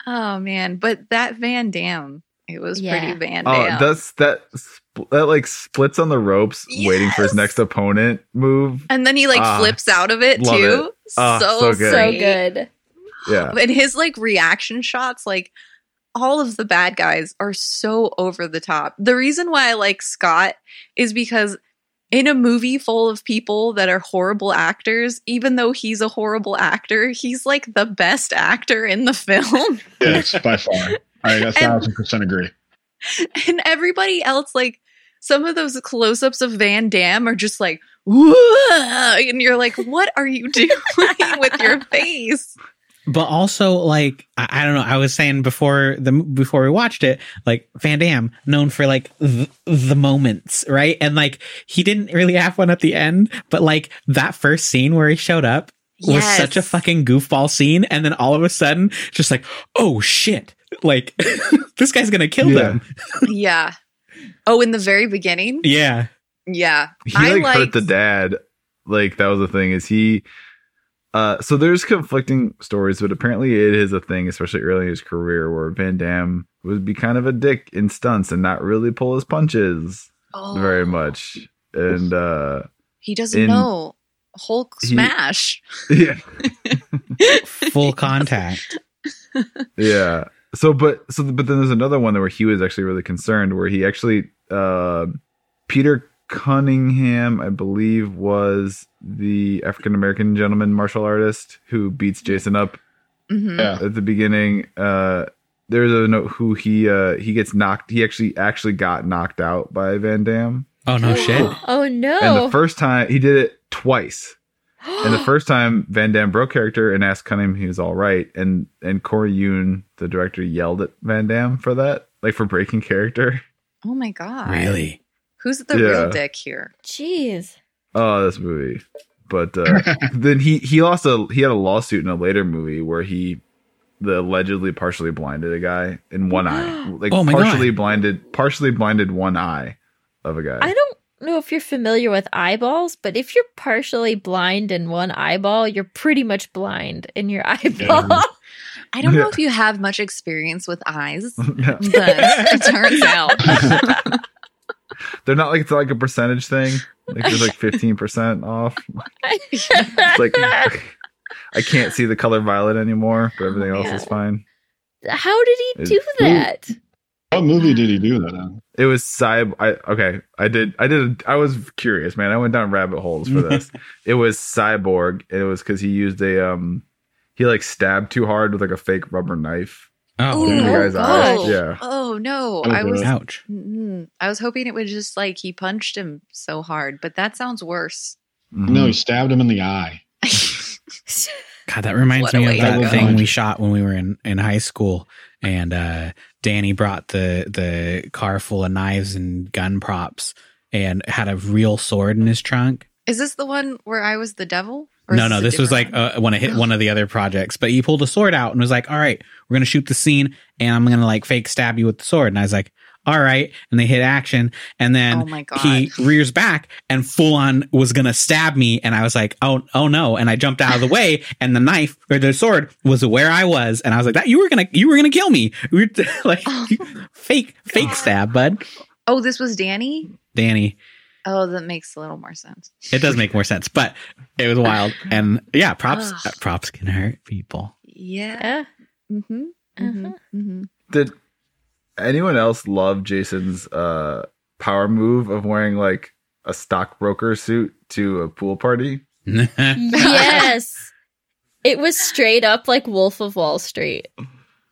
S1: oh man, but that Van Dam, it was
S3: Yeah.
S1: pretty Van
S4: Oh,
S1: Dam.
S4: that's that sp- that like splits on the ropes, waiting for his
S1: Yes!
S4: next opponent move.
S1: and then he like
S4: Ah,
S1: flips out of it
S4: love
S1: too.
S4: Ah,
S1: so
S4: so good.
S3: [laughs] so
S1: great.
S3: good.
S4: Yeah,
S1: And his like reaction shots, like all of the bad guys are so over the top. The reason why I like Scott is because in a movie full of people that are horrible actors, even though he's a horrible actor, he's like the best actor in the [laughs] film.
S5: Yes, by far.
S3: [laughs]
S5: I a thousand percent agree.
S1: [laughs] and everybody else, like some of those close ups of Van Damme are just like, "Whoa," and you're like, what are you [laughs] doing with your face?
S2: But also like I, I don't know, I was saying before the before we watched it, like Van Damme known for like th- the moments, right? And like he didn't really have one at the end, but like that first scene where he showed up was such a
S1: Yes.
S4: [laughs]
S2: fucking goofball scene and then all of a sudden just like, "Oh shit." Like [laughs] this guy's going to kill
S4: Yeah.
S2: them.
S1: Yeah. Oh, in the very beginning?
S2: Yeah.
S1: Yeah.
S4: he
S1: I
S4: like hurt
S1: liked-
S4: the dad. Like that was the thing is he. Uh, so there's conflicting stories, but apparently it is a thing, especially early in his career, where Van Damme would be kind of a dick in stunts and not really pull his punches
S1: Oh,
S4: very much. And uh, [laughs]
S1: He doesn't
S4: in-
S1: know Hulk
S4: He-
S1: smash.
S4: yeah,
S2: Full contact.
S4: yeah so but so but then there's another one where he was actually really concerned where he actually uh peter cunningham i believe was the african american gentleman martial artist who beats jason up
S1: Mhm.
S5: Yeah.
S4: at the beginning uh there's a note who he uh he gets knocked he actually actually got knocked out by van damme
S2: Oh no shit.
S3: Oh no!
S4: and the first time he did it twice
S1: [gasps]
S4: and the first time Van Damme broke character and asked Cunningham if he was all right, and and Corey Yoon, the director, yelled at Van Damme for that, like for breaking character. [laughs]
S1: Oh my god.
S2: Really?
S1: Who's the
S4: Yeah.
S1: real dick here?
S3: Jeez.
S4: Oh, this movie. But uh, then he he lost a he had a lawsuit in a later movie where he the allegedly partially blinded a guy in one eye, like
S2: Oh my God.
S4: partially blinded, partially blinded one eye of a guy.
S3: I don't know if you're familiar with eyeballs, but if you're partially blind in one eyeball, you're pretty much blind in your [laughs] eyeball.
S1: I don't know
S4: Yeah.
S1: if you have much experience with
S4: [laughs]
S1: eyes, but
S4: [laughs] Yeah.
S1: it turns out.
S4: They're not like it's like a percentage thing. Like there's like fifteen percent off.
S3: [laughs]
S4: It's
S1: [laughs]
S4: like I can't see the color violet anymore, but everything
S1: Oh,
S4: else is
S3: man.
S4: fine.
S3: How did he
S4: It's-
S3: do that?
S5: What movie did he do that in?
S4: It was cyber. I, okay, I did. I did. I was curious, man. I went down rabbit holes
S1: [laughs]
S4: for this. it was cyborg, and it was because he used a um, he like stabbed too hard with like a fake rubber knife.
S2: Oh,
S4: Ooh.
S2: damn.
S4: guy's
S3: eyes,
S1: oh,
S4: yeah.
S1: oh no.
S5: Oh,
S1: I was
S5: God.
S2: ouch.
S1: Mm-hmm. mm, I was hoping it was just like he punched him so hard, but that sounds worse. [laughs]
S4: Mm-hmm.
S5: No, he stabbed him in the eye.
S2: God, that reminds
S1: What a
S2: me
S1: way
S2: of
S1: to
S2: that
S5: go.
S2: thing we shot when we were in, in high school, and uh, Danny brought the the car full of knives and gun props, and had a real sword in his trunk.
S1: Is this the one where I was the devil? is
S2: no, no,
S1: a
S2: this was like
S1: different one?
S2: uh, when I hit one of the other projects, but he pulled a sword out and was like, "All right, we're gonna shoot the scene, and I'm gonna like fake stab you with the sword." And I was like, "All right," and they hit action, and then
S1: oh my god.
S2: he rears back and full on was gonna stab me and i was like oh oh no and i jumped out of
S1: [laughs]
S2: the way and the knife or the sword was where i was and i was like that you were gonna you were gonna kill me [laughs] we were like
S1: Oh,
S2: fake fake stab bud
S1: oh, this was Danny.
S2: danny
S1: Oh, that makes a little more sense.
S2: it does make more sense but it was wild and yeah props uh,
S1: Ugh.
S2: props can hurt people [laughs]
S1: Yeah.
S3: [laughs] Yeah.
S1: Mm-hmm. Mm-hmm.
S3: Uh-huh.
S1: Mm-hmm.
S4: Did anyone else love Jason's uh, power move of wearing like a stockbroker suit to a pool party?
S3: yes. [laughs] It was straight up like Wolf of Wall
S4: [laughs]
S3: Street.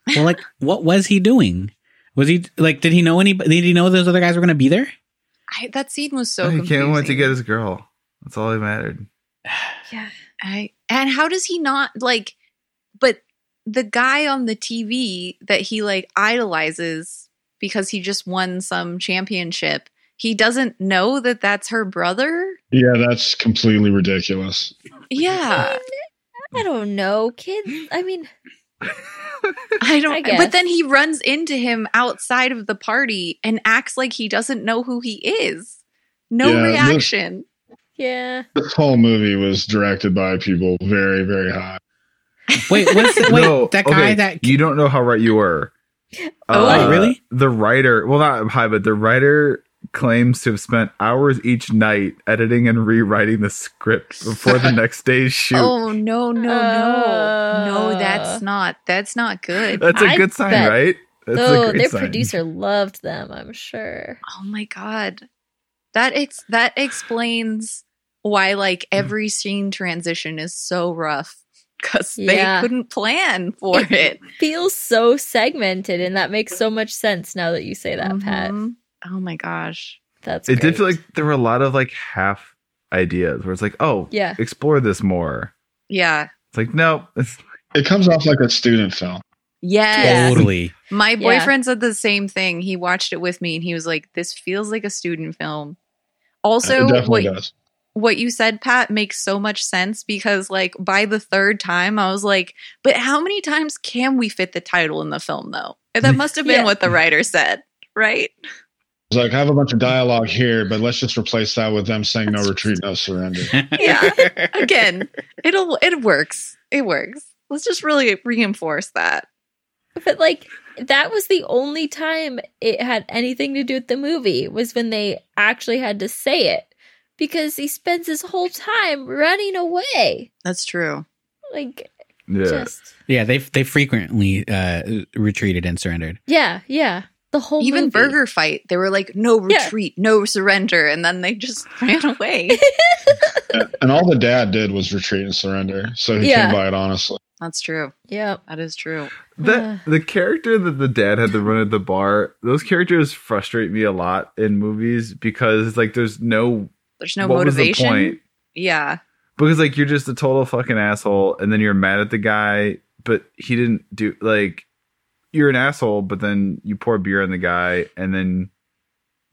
S2: well like what was he doing was he like did he know any did he know those other guys were gonna be there
S1: I, that scene was so.
S4: Oh, he
S1: confusing.
S4: can't wait to get his girl. That's all that mattered. [laughs]
S3: Yeah.
S1: I and how does he not like but the guy on the TV that he like idolizes because he just won some championship he doesn't know that that's her brother
S5: Yeah, that's completely ridiculous.
S3: [laughs]
S1: yeah
S3: I don't know, kids. I mean,
S1: i don't
S3: I guess.
S1: but then he runs into him outside of the party and acts like he doesn't know who he is no
S5: Yeah, this-
S1: reaction
S3: yeah.
S5: This whole movie was directed by people very, very high.
S2: wait what's wait
S4: [laughs] No,
S2: that guy
S4: okay,
S2: that
S4: you don't know how right you were. Uh,
S1: Oh.
S2: Oh, really?
S4: The writer, well, not high, but the writer claims to have spent hours each night editing and rewriting the script
S3: [laughs]
S4: before the next day's shoot.
S1: oh no no no no
S3: Uh.
S1: that's not that's not good
S4: That's a
S3: I
S4: good sign,
S3: bet.
S4: right? That's
S3: Though
S4: a great
S3: their
S4: sign.
S3: producer loved them, I'm sure.
S1: Oh my god. That ex- that explains why like every scene transition is so rough cuz
S3: Yeah.
S1: they couldn't plan
S3: [laughs]
S1: for
S3: It-
S1: it.
S3: Feels so segmented, and that makes so much sense now that you say that, Pat.
S1: Mhm. Oh my gosh.
S3: That's
S4: It did feel
S3: great.
S4: like there were a lot of like half ideas where it's like, oh,
S3: yeah.
S4: explore this more.
S1: Yeah.
S4: It's like, [laughs] no, it's
S5: It comes off like a student film.
S1: Yes.
S2: totally
S1: My
S3: Yeah.
S1: boyfriend said the same thing. He watched it with me and he was like this feels like a student film.
S5: it
S1: Also,
S5: definitely
S1: what,
S5: does.
S1: what you said, Pat, makes so much sense because, like, by the third time, I was like, but how many times can we fit the title in the film, though? That must have [laughs] been
S3: Yeah.
S1: what the writer said, [laughs] right?
S5: It's like I have a bunch of dialogue here, but let's just replace that with them saying "No
S1: That's-
S5: retreat, no surrender."
S1: Yeah. [laughs]
S2: [laughs]
S1: Again, it'll, it works. It works. Let's just really reinforce that.
S3: But like that was the only time it had anything to do with the movie was when they actually had to say it because he spends his whole time running away.
S1: That's true.
S3: Like
S4: yeah.
S3: just
S2: Yeah, they they frequently uh, retreated and surrendered.
S3: yeah, yeah. The whole
S1: Even
S3: movie.
S1: Burger Fight, they were like, no
S3: Yeah.
S1: retreat, no surrender. And then they just [laughs] ran away.
S5: and all the dad did was retreat and surrender, so he
S3: Yeah.
S5: came by it honestly.
S1: That's true.
S3: Yeah.
S1: That is true.
S4: That the character that the dad had to run at the bar, those characters frustrate me a lot in movies because like there's no,
S1: There's no
S4: what
S1: motivation.
S4: was the point?
S1: Yeah.
S4: Because like you're just a total fucking asshole and then you're mad at the guy, but he didn't do like you're an asshole, but then you pour beer on the guy and then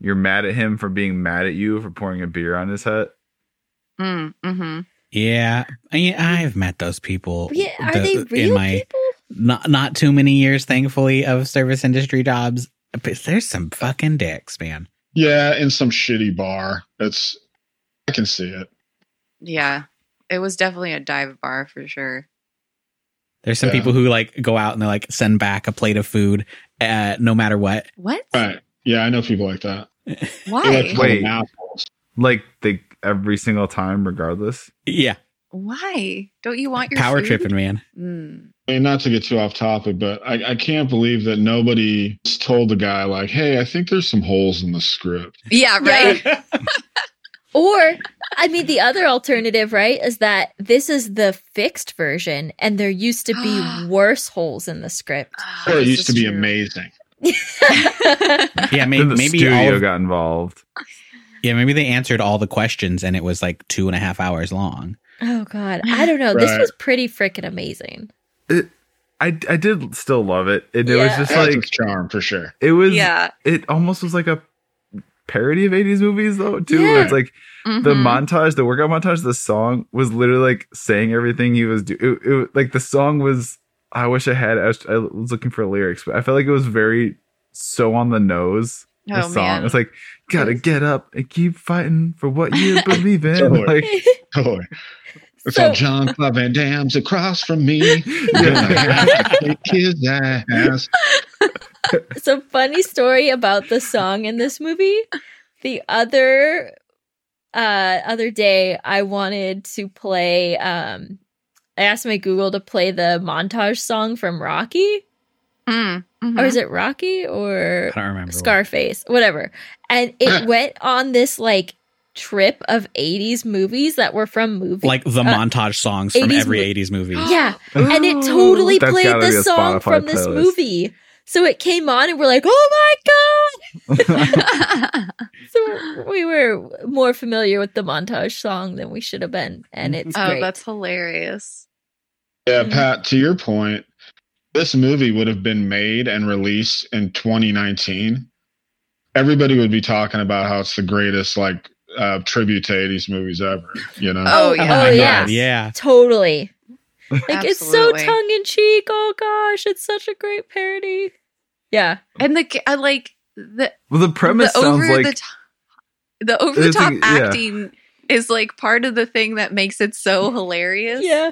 S4: you're mad at him for being mad at you for pouring a beer on his head.
S1: Mm, hmm
S2: Yeah, I mean, I've met those people.
S3: Yeah, are
S2: Oh, the-
S3: they real
S2: in my
S3: people?
S2: not not too many years, thankfully, of service industry jobs? But there's some fucking dicks, man.
S5: Yeah, in some shitty bar. It's I can see it.
S1: Yeah. It was definitely a dive bar for sure.
S2: There's some
S5: Yeah.
S2: people who like go out and they like send back a plate of food, uh, no matter what.
S1: What?
S5: Right. Yeah, I know people like that. They like to
S1: Why?
S5: call them
S4: Wait.
S5: assholes.
S4: Like they every single time, regardless.
S2: Yeah,
S1: Why? Don't you want your
S2: power
S1: food?
S2: tripping,
S3: [laughs]
S2: man.
S1: Mm.
S5: I mean, not to get too off topic, but I, I can't believe that nobody told the guy like, "Hey, I think there's some holes in the script."
S1: Yeah, right.
S3: Or I mean the other alternative, right, is that this is the fixed version and there used
S1: [gasps]
S3: to be worse holes in
S1: [laughs]
S3: the script. [laughs]
S1: Ah,
S5: Or it
S1: this
S5: used to
S1: is
S5: be
S1: true.
S5: amazing.
S2: Yeah, may-
S3: Oh,
S4: Then
S2: maybe
S4: the
S2: all
S4: studio
S2: of-
S4: got involved.
S2: Yeah, maybe they answered all the questions and it was like two and a half hours long.
S3: Oh god, I don't know. This
S5: Right.
S3: was pretty freaking amazing.
S4: I, I did still love it. It, it was
S3: Yeah.
S4: just
S5: That's
S4: like
S5: its charm for sure. [laughs]
S4: it was.
S1: yeah.
S4: It almost was like a parody of '80s movies though too.
S3: Yeah. Mm-hmm.
S4: where It's like the
S1: Mhm.
S4: montage, the workout montage, the song was literally like saying everything he was doing. It, it was- like the song was. I wish I had. I was, I was looking for lyrics, but I felt like it was very so on the nose. The
S1: oh
S4: song.
S1: man.
S4: It's like gotta get up and keep fighting for what you believe in.
S5: [laughs] Totally.
S4: Like
S5: Oh, it's
S3: So-
S5: all John Club Van Dam's across from
S3: [laughs]
S5: me. Gonna
S4: yeah.
S5: have to kick his ass.
S3: so funny story about the song in this movie. The other uh other day I wanted to play um I asked my Google to play the montage song from Rocky.
S1: Mm, mhm.
S4: Mm-hmm.
S3: Or is it Rocky
S2: I
S3: or
S2: don't remember. what-
S3: Scarface, whatever. And
S4: [clears throat]
S3: it went on this like trip of 80s movies that were from movies.
S2: Like the
S3: uh,
S2: montage songs from
S3: 80s
S2: every
S3: mo-
S2: 80s
S3: [gasps]
S1: mm-hmm. [gasps]
S2: movie. Oh
S3: yeah. And
S4: [gasps]
S3: it totally
S4: That's
S3: played
S4: gotta be
S3: the
S4: a
S3: song
S4: Spotify
S3: from this
S4: playlist.
S3: movie. So it came on and we're like, "Oh my god."
S1: Oh,
S3: So we were more familiar with the montage song than we should have been and it's
S1: oh,
S3: great.
S1: that's hilarious.
S5: Yeah,
S3: Mhm.
S5: Pat, to your point, this movie would have been made and released in 2019. Everybody would be talking about how it's the greatest like uh, tribute to 80s movies ever, you know?
S1: Oh,
S3: Oh,
S2: Oh
S1: yeah.
S2: my
S3: oh
S2: God,
S3: yeah.
S2: Yeah.
S3: Totally. Like it's so
S1: Absolutely.
S3: tongue in cheek. Oh gosh, it's such a great parody. Yeah.
S1: And the I like the
S4: well, the premise
S1: the
S4: sounds
S1: over
S4: like
S1: the top, the over the
S4: It's
S1: top
S4: like- yeah.
S1: acting is like part of the thing that makes it so hilarious.
S3: Yeah.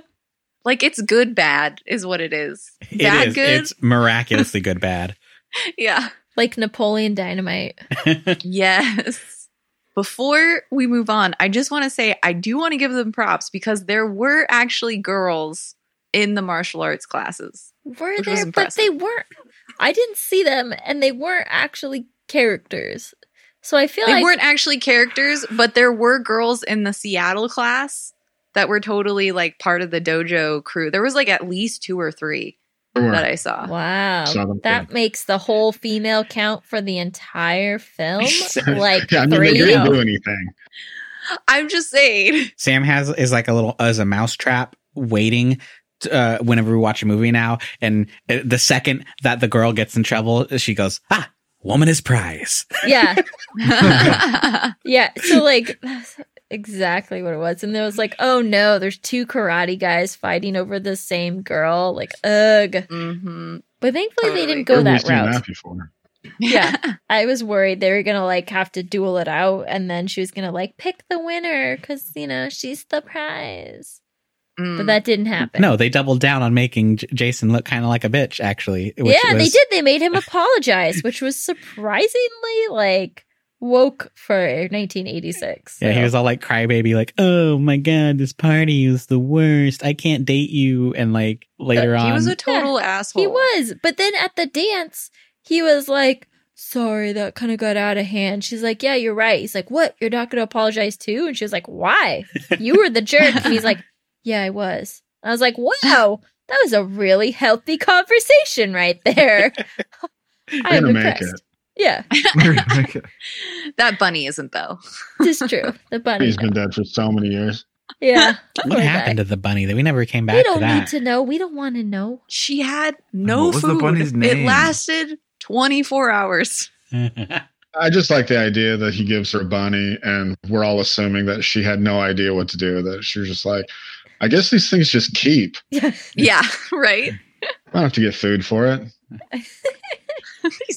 S1: like it's good bad is what it is.
S2: It
S1: bad
S2: is.
S1: good,
S2: It's miraculously good
S3: [laughs]
S2: bad.
S1: [laughs] yeah.
S3: Like Napoleon Dynamite.
S1: Yes. Before we move on, I just want to say I do want to give them props because there were actually girls in the martial arts classes.
S3: Were
S1: Which was
S3: there, but they weren't. I didn't see them, and they weren't actually characters. So I feel
S1: They
S3: like
S1: weren't actually characters, but there were girls in the Seattle class that were totally like part of the dojo crew. There was like at least two or three
S3: Oh,
S1: that I saw.
S3: wow,
S5: Saw them
S3: that
S5: too.
S3: makes the whole female count for the entire
S5: [laughs]
S3: film like
S5: yeah, I mean,
S3: three.
S5: they didn't do anything.
S1: I'm just saying. [laughs]
S2: Sam has is like a little as a mousetrap waiting to, uh, whenever we watch a movie now, and uh, the second that the girl gets in trouble, she goes, "Ah, woman is prize."
S3: yeah, yeah. So like [sighs] that's exactly what it was, and there was like, oh no, there's two karate guys fighting over the same girl. Like, ugh.
S1: hmm
S3: But thankfully,
S1: Totally.
S3: they didn't go
S5: We've
S3: that
S5: seen
S3: route.
S5: that before.
S3: [laughs]
S1: [laughs]
S3: Yeah. I was worried they were gonna like have to duel it out, and then she was gonna like pick the winner because you know she's the prize.
S1: Mm.
S3: But that didn't happen.
S2: Mm. No, they doubled down on making J- Jason look kind of like a bitch. Actually, which
S3: yeah, they
S2: was-
S3: did. They made him apologize, which was surprisingly like woke for 1986.
S2: Yeah, he was all like crybaby, like, "Oh my god, this party is the worst. I can't date you." And like later
S1: he
S2: on,
S1: was a total asshole.
S3: He was, but then at the dance, he was like, "Sorry, that kind of got out of hand." She's like, "Yeah, you're right." He's like, "What? You're not gonna apologize too?" And she was like, "Why? You were the jerk." And he's like, "Yeah, I was." And I was like, "Wow, that was a really healthy conversation right there." [laughs] I am
S5: gonna make
S3: impressed. Yeah,
S4: [laughs]
S1: that bunny isn't though.
S3: it's true.
S5: [laughs]
S3: The bunny.
S5: He's been dead for so many years.
S3: Yeah.
S2: what happened to the bunny that we never came back
S3: we don't
S2: to that?
S3: need to know. We don't want to know.
S1: She had no
S4: what was the
S1: food.
S4: bunny's
S1: It
S4: name?
S1: lasted 24
S4: [laughs]
S1: hours.
S5: I just like the idea that he gives her Bunny, and we're all assuming that she had no idea what to do with it. She was just like, I guess these things just keep.
S1: Yeah,
S4: [laughs]
S1: right. [laughs]
S5: I don't have to get food for it.
S2: [laughs]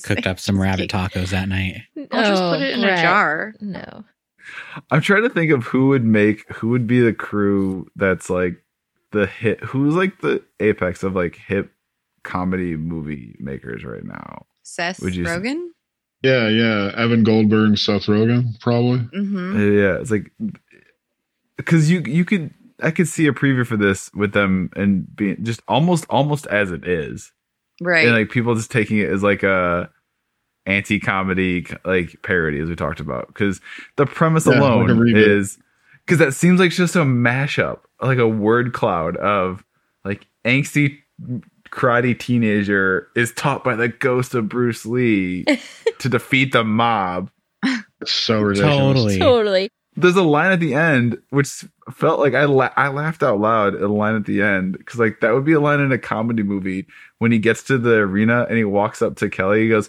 S2: Cooked up
S3: [laughs]
S2: some rabbit tacos that night.
S1: I'll just put
S3: Oh,
S1: it in
S3: Brett.
S1: a jar.
S3: No.
S4: I'm trying to think of who would make who would be the crew that's like the hit who's like the apex of like hip comedy movie makers right now.
S1: Seth
S4: Would you say-
S1: Rogen.
S5: Yeah, yeah. Evan Goldberg, Seth Rogen, probably.
S1: Mm-hmm.
S4: Uh, Yeah, it's like because you you could I could see a preview for this with them and being just almost almost as it is,
S1: Right.
S4: and like people just taking it as like a anti comedy like parody as we talked about because the premise
S5: Yeah, like a
S4: alone
S5: reboot.
S4: is because that seems like just a mashup like a word cloud of like angsty karate teenager is taught by the ghost of Bruce Lee to defeat the mob
S5: so ridiculous.
S2: Totally.
S3: Totally.
S4: There's a line at the end which felt like I la- I laughed out loud at a line at the end because like that would be a line in a comedy movie when he gets to the arena and he walks up to Kelly. He goes,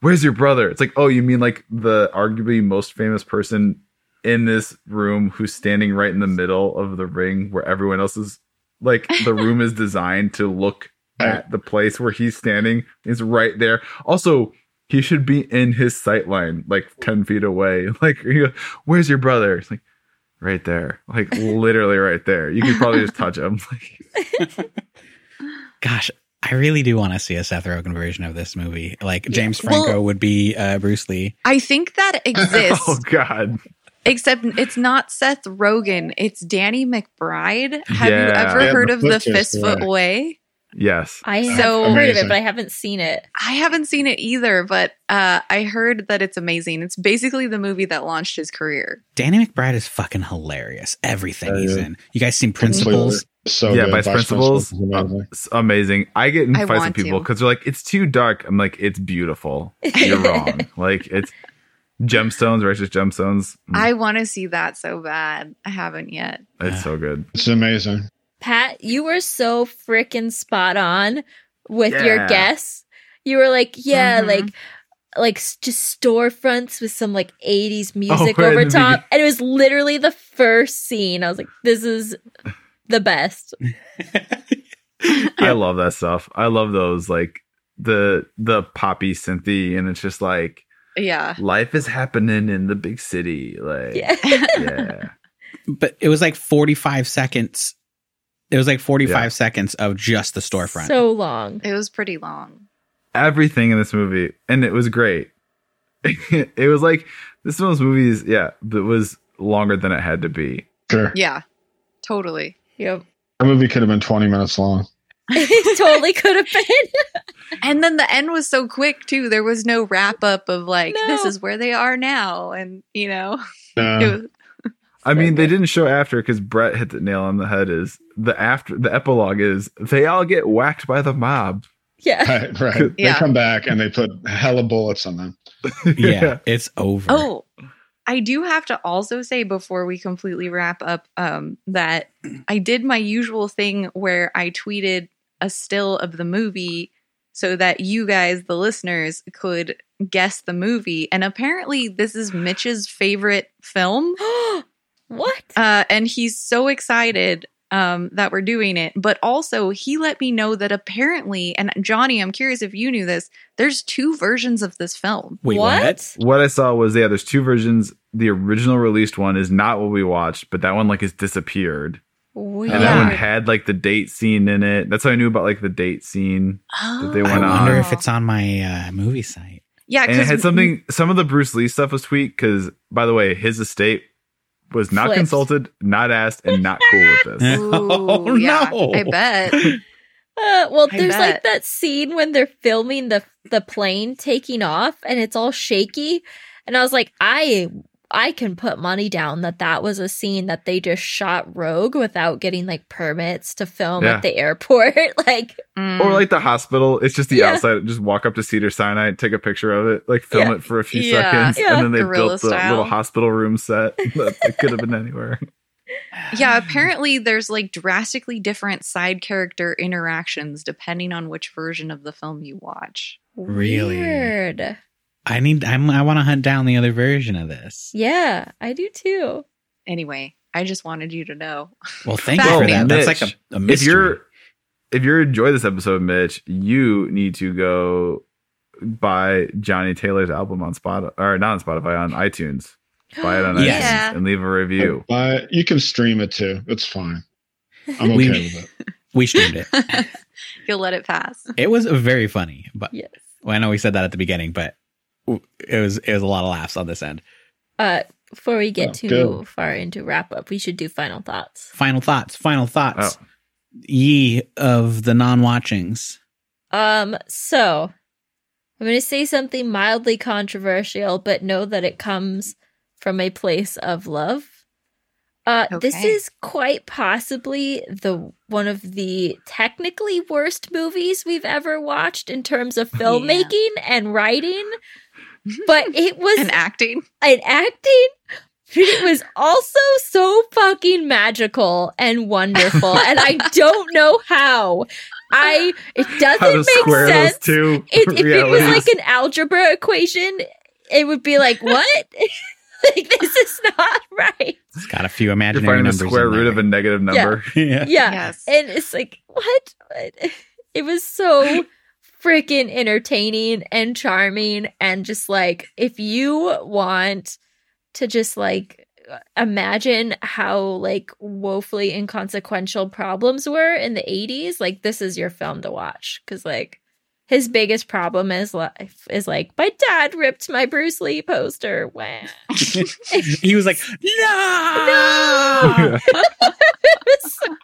S4: "Where's your brother?" It's like, oh, you mean like the arguably most famous person in this room who's standing right in the middle of the ring where everyone else is like the room is designed to look at the place where he's standing is right there. Also, he should be in his sight line, like ten feet away. [laughs] Like, you- where's your brother? It's like right there,
S1: [laughs]
S4: like literally right there. You could probably just touch him. [laughs] Like,
S2: Gosh, I really do want to see a Seth Rogen version of this movie. Like James
S1: Well-
S2: Franco would be uh, Bruce Lee.
S1: I think
S4: [laughs]
S1: that exists,
S4: oh god,
S1: except it's not Seth Rogen. It's Danny McBride. Have you
S4: Yeah.
S1: ever
S5: Yeah,
S1: heard
S5: the
S1: of the
S5: Foot Fist
S1: Fist Foot
S5: Way.
S1: Way?
S4: yes.
S3: I have
S1: So-
S3: heard of it,
S5: Amazing.
S3: but I haven't seen it.
S1: I haven't seen it either, but uh, I heard that it's amazing. It's basically the movie that launched his career.
S2: Danny McBride is fucking hilarious. Everything
S5: Yeah,
S2: he's
S5: yeah.
S2: in. You guys seen Principles?
S5: So
S4: yeah, Oh.
S5: good.
S4: Vice, Principals,
S5: is amazing.
S4: It's amazing. I get in
S1: I
S4: fights with
S1: want
S4: people
S1: to.
S4: because they're like, "It's too dark." I'm like, "It's beautiful."
S1: [laughs]
S3: [laughs]
S4: You're wrong. like it's gemstones, righteous gemstones. Mm,
S1: I want to see that so bad. I haven't yet.
S4: it's so good.
S1: [laughs]
S5: It's amazing.
S3: Pat, you were so freaking spot on with your
S4: Yeah. Mm-hmm.
S3: guess. You were like, yeah,
S1: Mhm.
S3: like like s- just storefronts with some like 80s music
S4: Oh, right in
S3: over
S4: the
S3: top. And it was literally the first scene. I was like, this is the
S4: [laughs]
S3: best.
S4: I love that stuff. I love those like the the poppy synthy, and it's just like
S1: Yeah.
S4: life is happening in the big city. Like, yeah,
S3: Yeah.
S2: But it was like 45 seconds. It was like 45
S4: Yeah.
S2: seconds of just the storefront.
S3: So long. [laughs]
S1: It was pretty long.
S4: everything in this movie, and it was great. [laughs] it was like this is one of those movies. Yeah, that was longer than it had to be.
S5: Sure.
S1: Yeah. Totally.
S3: Yep.
S5: That movie could have been 20 minutes long.
S3: it totally could have been. [laughs]
S1: And then the end was so quick too. There was no wrap up of like
S3: No.
S1: this is where they are now and you know. [laughs]
S5: No.
S1: It was,
S4: I mean, they
S3: Segment.
S4: didn't show after because Brett hit the nail on the head. Is the after the epilogue is they all get whacked by the mob.
S3: yeah.
S5: [laughs] right, right.
S1: [laughs] Yeah.
S5: They come back and they put hella bullets on them. [laughs]
S2: yeah, it's over.
S1: oh, I do have to also say before we completely wrap up um that I did my usual thing where I tweeted a still of the movie so that you guys the listeners could guess the movie and apparently this is Mitch's favorite film.
S3: [gasps] what?
S1: Uh, and he's so excited um, that we're doing it. But also, he let me know that apparently, and Johnny, I'm curious if you knew this, there's two versions of this film.
S2: Wait, what?
S3: what?
S4: What I saw was yeah, there's two versions. The original released one is not what we watched, but that one like has disappeared,
S3: Weird.
S4: and that one
S1: Yeah.
S4: had like the date scene in it. That's how I knew about like the date scene.
S1: Oh.
S4: they
S2: I
S4: went on.
S2: wonder if it's on my uh, movie site.
S1: Yeah,
S4: And it
S1: because [laughs]
S4: had something. Some of the Bruce Lee stuff was tweaked because, by the way, his estate was not
S3: Flipped.
S4: consulted, not asked, and not cool with
S1: Eh.
S4: this. [laughs]
S2: Oh,
S1: yeah,
S2: no.
S1: I bet.
S3: Uh, well,
S1: I
S3: there's
S1: bet.
S3: like that scene when they're filming the the plane taking off, and it's all shaky. And I was like, I I can put money down that that was a scene that they just shot rogue without getting like permits to film
S4: Yeah.
S3: at the airport. [laughs] like,
S1: Mm.
S4: Or like the hospital, it's just the
S3: Yeah.
S4: outside. Just walk up to Cedar Sinai, take a picture of it, like film
S3: Yeah.
S4: it for a few
S1: Yeah.
S4: seconds,
S3: Yeah.
S4: and then they
S1: Guerrilla
S4: built the
S1: style.
S4: little hospital room set. [laughs] it could have been anywhere.
S1: yeah, apparently there's like drastically different side character interactions depending on which version of the film you watch.
S2: Really?
S3: weird.
S2: I need. I'm, I want to hunt down the other version of this.
S3: Yeah, I do too.
S1: Anyway, I just wanted you to know. [laughs]
S2: Well, thank you
S1: Well,
S2: for that. That's
S4: Mitch,
S2: like a, a
S4: If
S2: mystery.
S4: you're if you enjoy this episode, Mitch, you need to go buy Johnny Taylor's album on Spotify or not on Spotify on iTunes. Buy it on
S2: Yes.
S4: iTunes and leave a review.
S5: Uh, you can stream it too. It's fine.
S1: [laughs]
S5: I'm
S2: We-
S5: okay with it.
S2: we streamed it.
S1: You'll let it pass.
S2: It was very funny, but
S3: [gasps] Yes.
S2: well, I know we said that at the beginning, but it was it was a lot of laughs on this end.
S3: Uh, before we get
S5: Oh,
S3: too
S5: good.
S3: far into wrap up, we should do final thoughts.
S2: Final thoughts. Final thoughts.
S4: Oh.
S2: Ye of the non-watchings.
S3: Um, so I'm going to say something mildly controversial, but know that it comes from a place of love. Uh, this
S1: Okay.
S3: is quite possibly the one of the technically worst movies we've ever watched in terms of filmmaking and writing. but it was
S1: and
S3: an
S1: acting.
S3: acting. It was also so fucking magical and wonderful,
S4: [laughs]
S3: and I don't know how. I it
S4: How to
S3: doesn't make
S4: square
S3: sense.
S4: those two
S3: It, if it was
S4: realities.
S3: like an algebra equation, it would be like what? [laughs] like this is not [laughs] right.
S2: It's got a few
S4: You're
S2: imaginary
S4: finding the
S2: numbers.
S4: square
S2: in there.
S4: root of a negative number.
S2: [laughs]
S1: [laughs]
S2: yeah.
S3: Yeah.
S1: Yes.
S3: And it's like, what? What? It was so freaking entertaining and charming. And just like, if you want to just like imagine how like woefully inconsequential problems were in the 80s, like, this is your film to watch. Cause like, his biggest problem is life is like my dad ripped my Bruce Lee poster. Wow.
S2: he was like, no,
S4: [laughs]
S3: it [laughs] was so,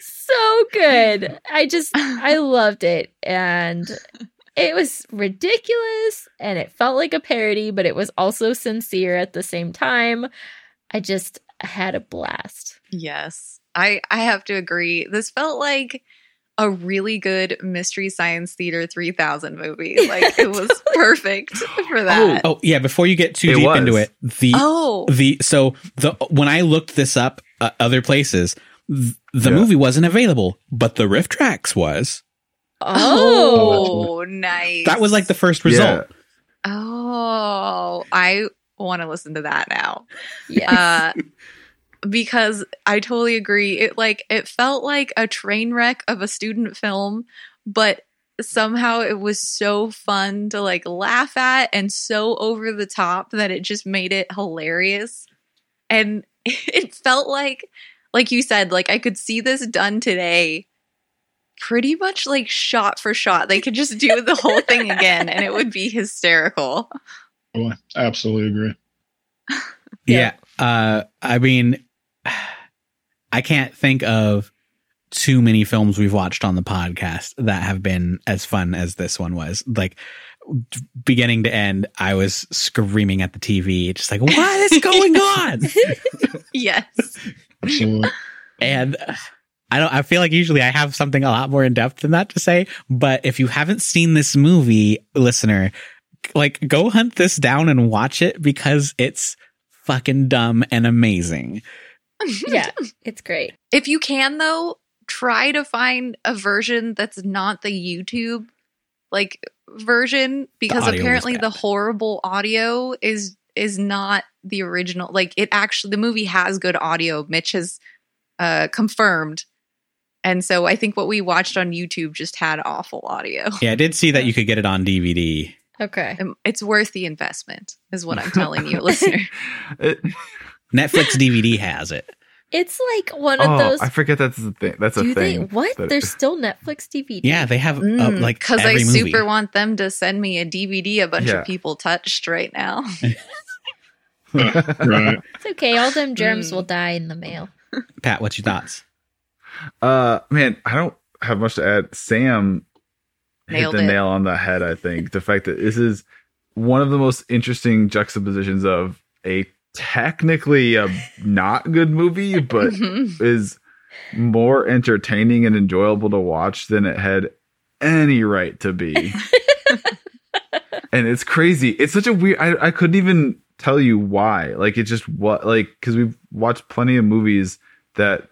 S3: so good. I just I loved it and it was ridiculous and it felt like a parody, but it was also sincere at the same time. I just had a blast.
S1: Yes. I I have to agree. This felt like a really good Mystery Science Theater 3000 movie. Like it was perfect for that.
S2: Oh, yeah. Before you get too
S4: It
S2: deep
S4: was.
S2: into it, the
S1: Oh,
S2: the so the when I looked this up uh, other places, th- the
S4: Yeah.
S2: movie wasn't available, but the riff tracks was.
S1: oh, nice.
S2: That was like the first
S4: Yeah.
S2: result.
S1: Oh, I want to listen to that now.
S3: yes.
S1: Uh [laughs] because I totally agree. It like it felt like a train wreck of a student film, but somehow it was so fun to like laugh at and so over the top that it just made it hilarious. And [laughs] it felt like like you said like I could see this done today pretty much like shot for shot. They could just do the whole thing again and it would be hysterical. [laughs]
S5: Oh, I absolutely agree.
S2: Yeah. Uh, I mean, [sighs] I can't think of too many films we've watched on the podcast that have been as fun as this one was. Like beginning to end, I was screaming at the TV, just like, what is going on?
S1: Yes.
S5: Absolutely.
S2: And uh, I don't I feel like usually I have something a lot more in depth than that to say, but if you haven't seen this movie, listener, like go hunt this down and watch it because it's fucking dumb and amazing.
S3: [laughs]
S1: [laughs]
S3: yeah. It's great.
S1: If you can, though, try to find a version that's not the YouTube like version because
S2: audio was
S1: apparently
S2: bad.
S1: the horrible audio is is not the original. Like it actually, the movie has good audio. Mitch has uh, confirmed. And so I think what we watched on YouTube just had awful audio.
S2: Yeah, I did see that you could get it on DVD.
S3: Okay.
S1: Um, It's worth the investment, is what I'm telling
S2: [laughs]
S1: you, listener.
S4: It-
S1: [laughs]
S2: Netflix DVD has it.
S3: It's like one of
S4: [laughs] oh,
S3: those
S4: I forget that's the thing. That's a
S3: do they
S4: thing.
S3: what?
S4: that-
S3: There's still Netflix DVD.
S2: Yeah, they have uh,
S4: Mm.
S2: like
S1: because Mm, I
S2: every movie.
S1: super want them to send me a DVD a bunch
S4: Yeah.
S1: of people touched right now.
S5: Right.
S3: It's okay. All them germs
S1: Mm.
S3: will die in the mail.
S2: Pat, what's your thoughts?
S4: Uh, man, I don't have much to add. Sam
S1: Nailed
S4: hit the
S1: it.
S4: nail on the head. I think the fact that this is one of the most interesting juxtapositions of a technically a not good movie,
S1: [laughs]
S4: but
S1: Mhm.
S4: is more entertaining and enjoyable to watch than it had any right
S1: [laughs]
S4: to be. and it's crazy. It's such a weird I, I couldn't even tell you why. Like it just what like because we've watched plenty of movies that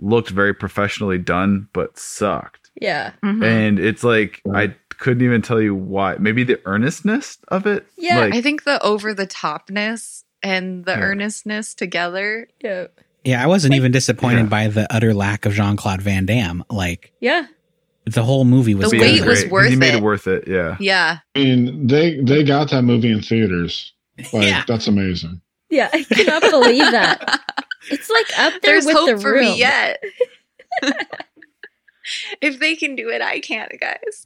S4: looked very professionally done but sucked.
S3: Yeah.
S1: Mhm.
S4: And it's like I couldn't even tell you why. Maybe the earnestness of it.
S3: Yeah,
S4: Like,
S1: I think the over the topness and the
S4: Yeah.
S1: earnestness together.
S3: Yeah.
S2: Yeah, I wasn't even disappointed
S4: Yeah.
S2: by the utter lack of Jean Claude Van Damme. Like
S3: Yeah.
S2: the whole movie was
S1: The
S4: yeah,
S2: good.
S1: wait weight was
S4: great.
S1: worth
S4: He made
S1: it.
S4: it worth it. Yeah.
S1: Yeah.
S5: I mean, they they got that movie in theaters. Like
S2: Yeah.
S5: that's amazing.
S3: Yeah. I cannot believe that.
S1: [laughs]
S3: It's like up there
S1: There's
S3: with
S1: hope
S3: the
S1: for
S3: room.
S1: me [laughs] yet. if they can do it, I can, guys.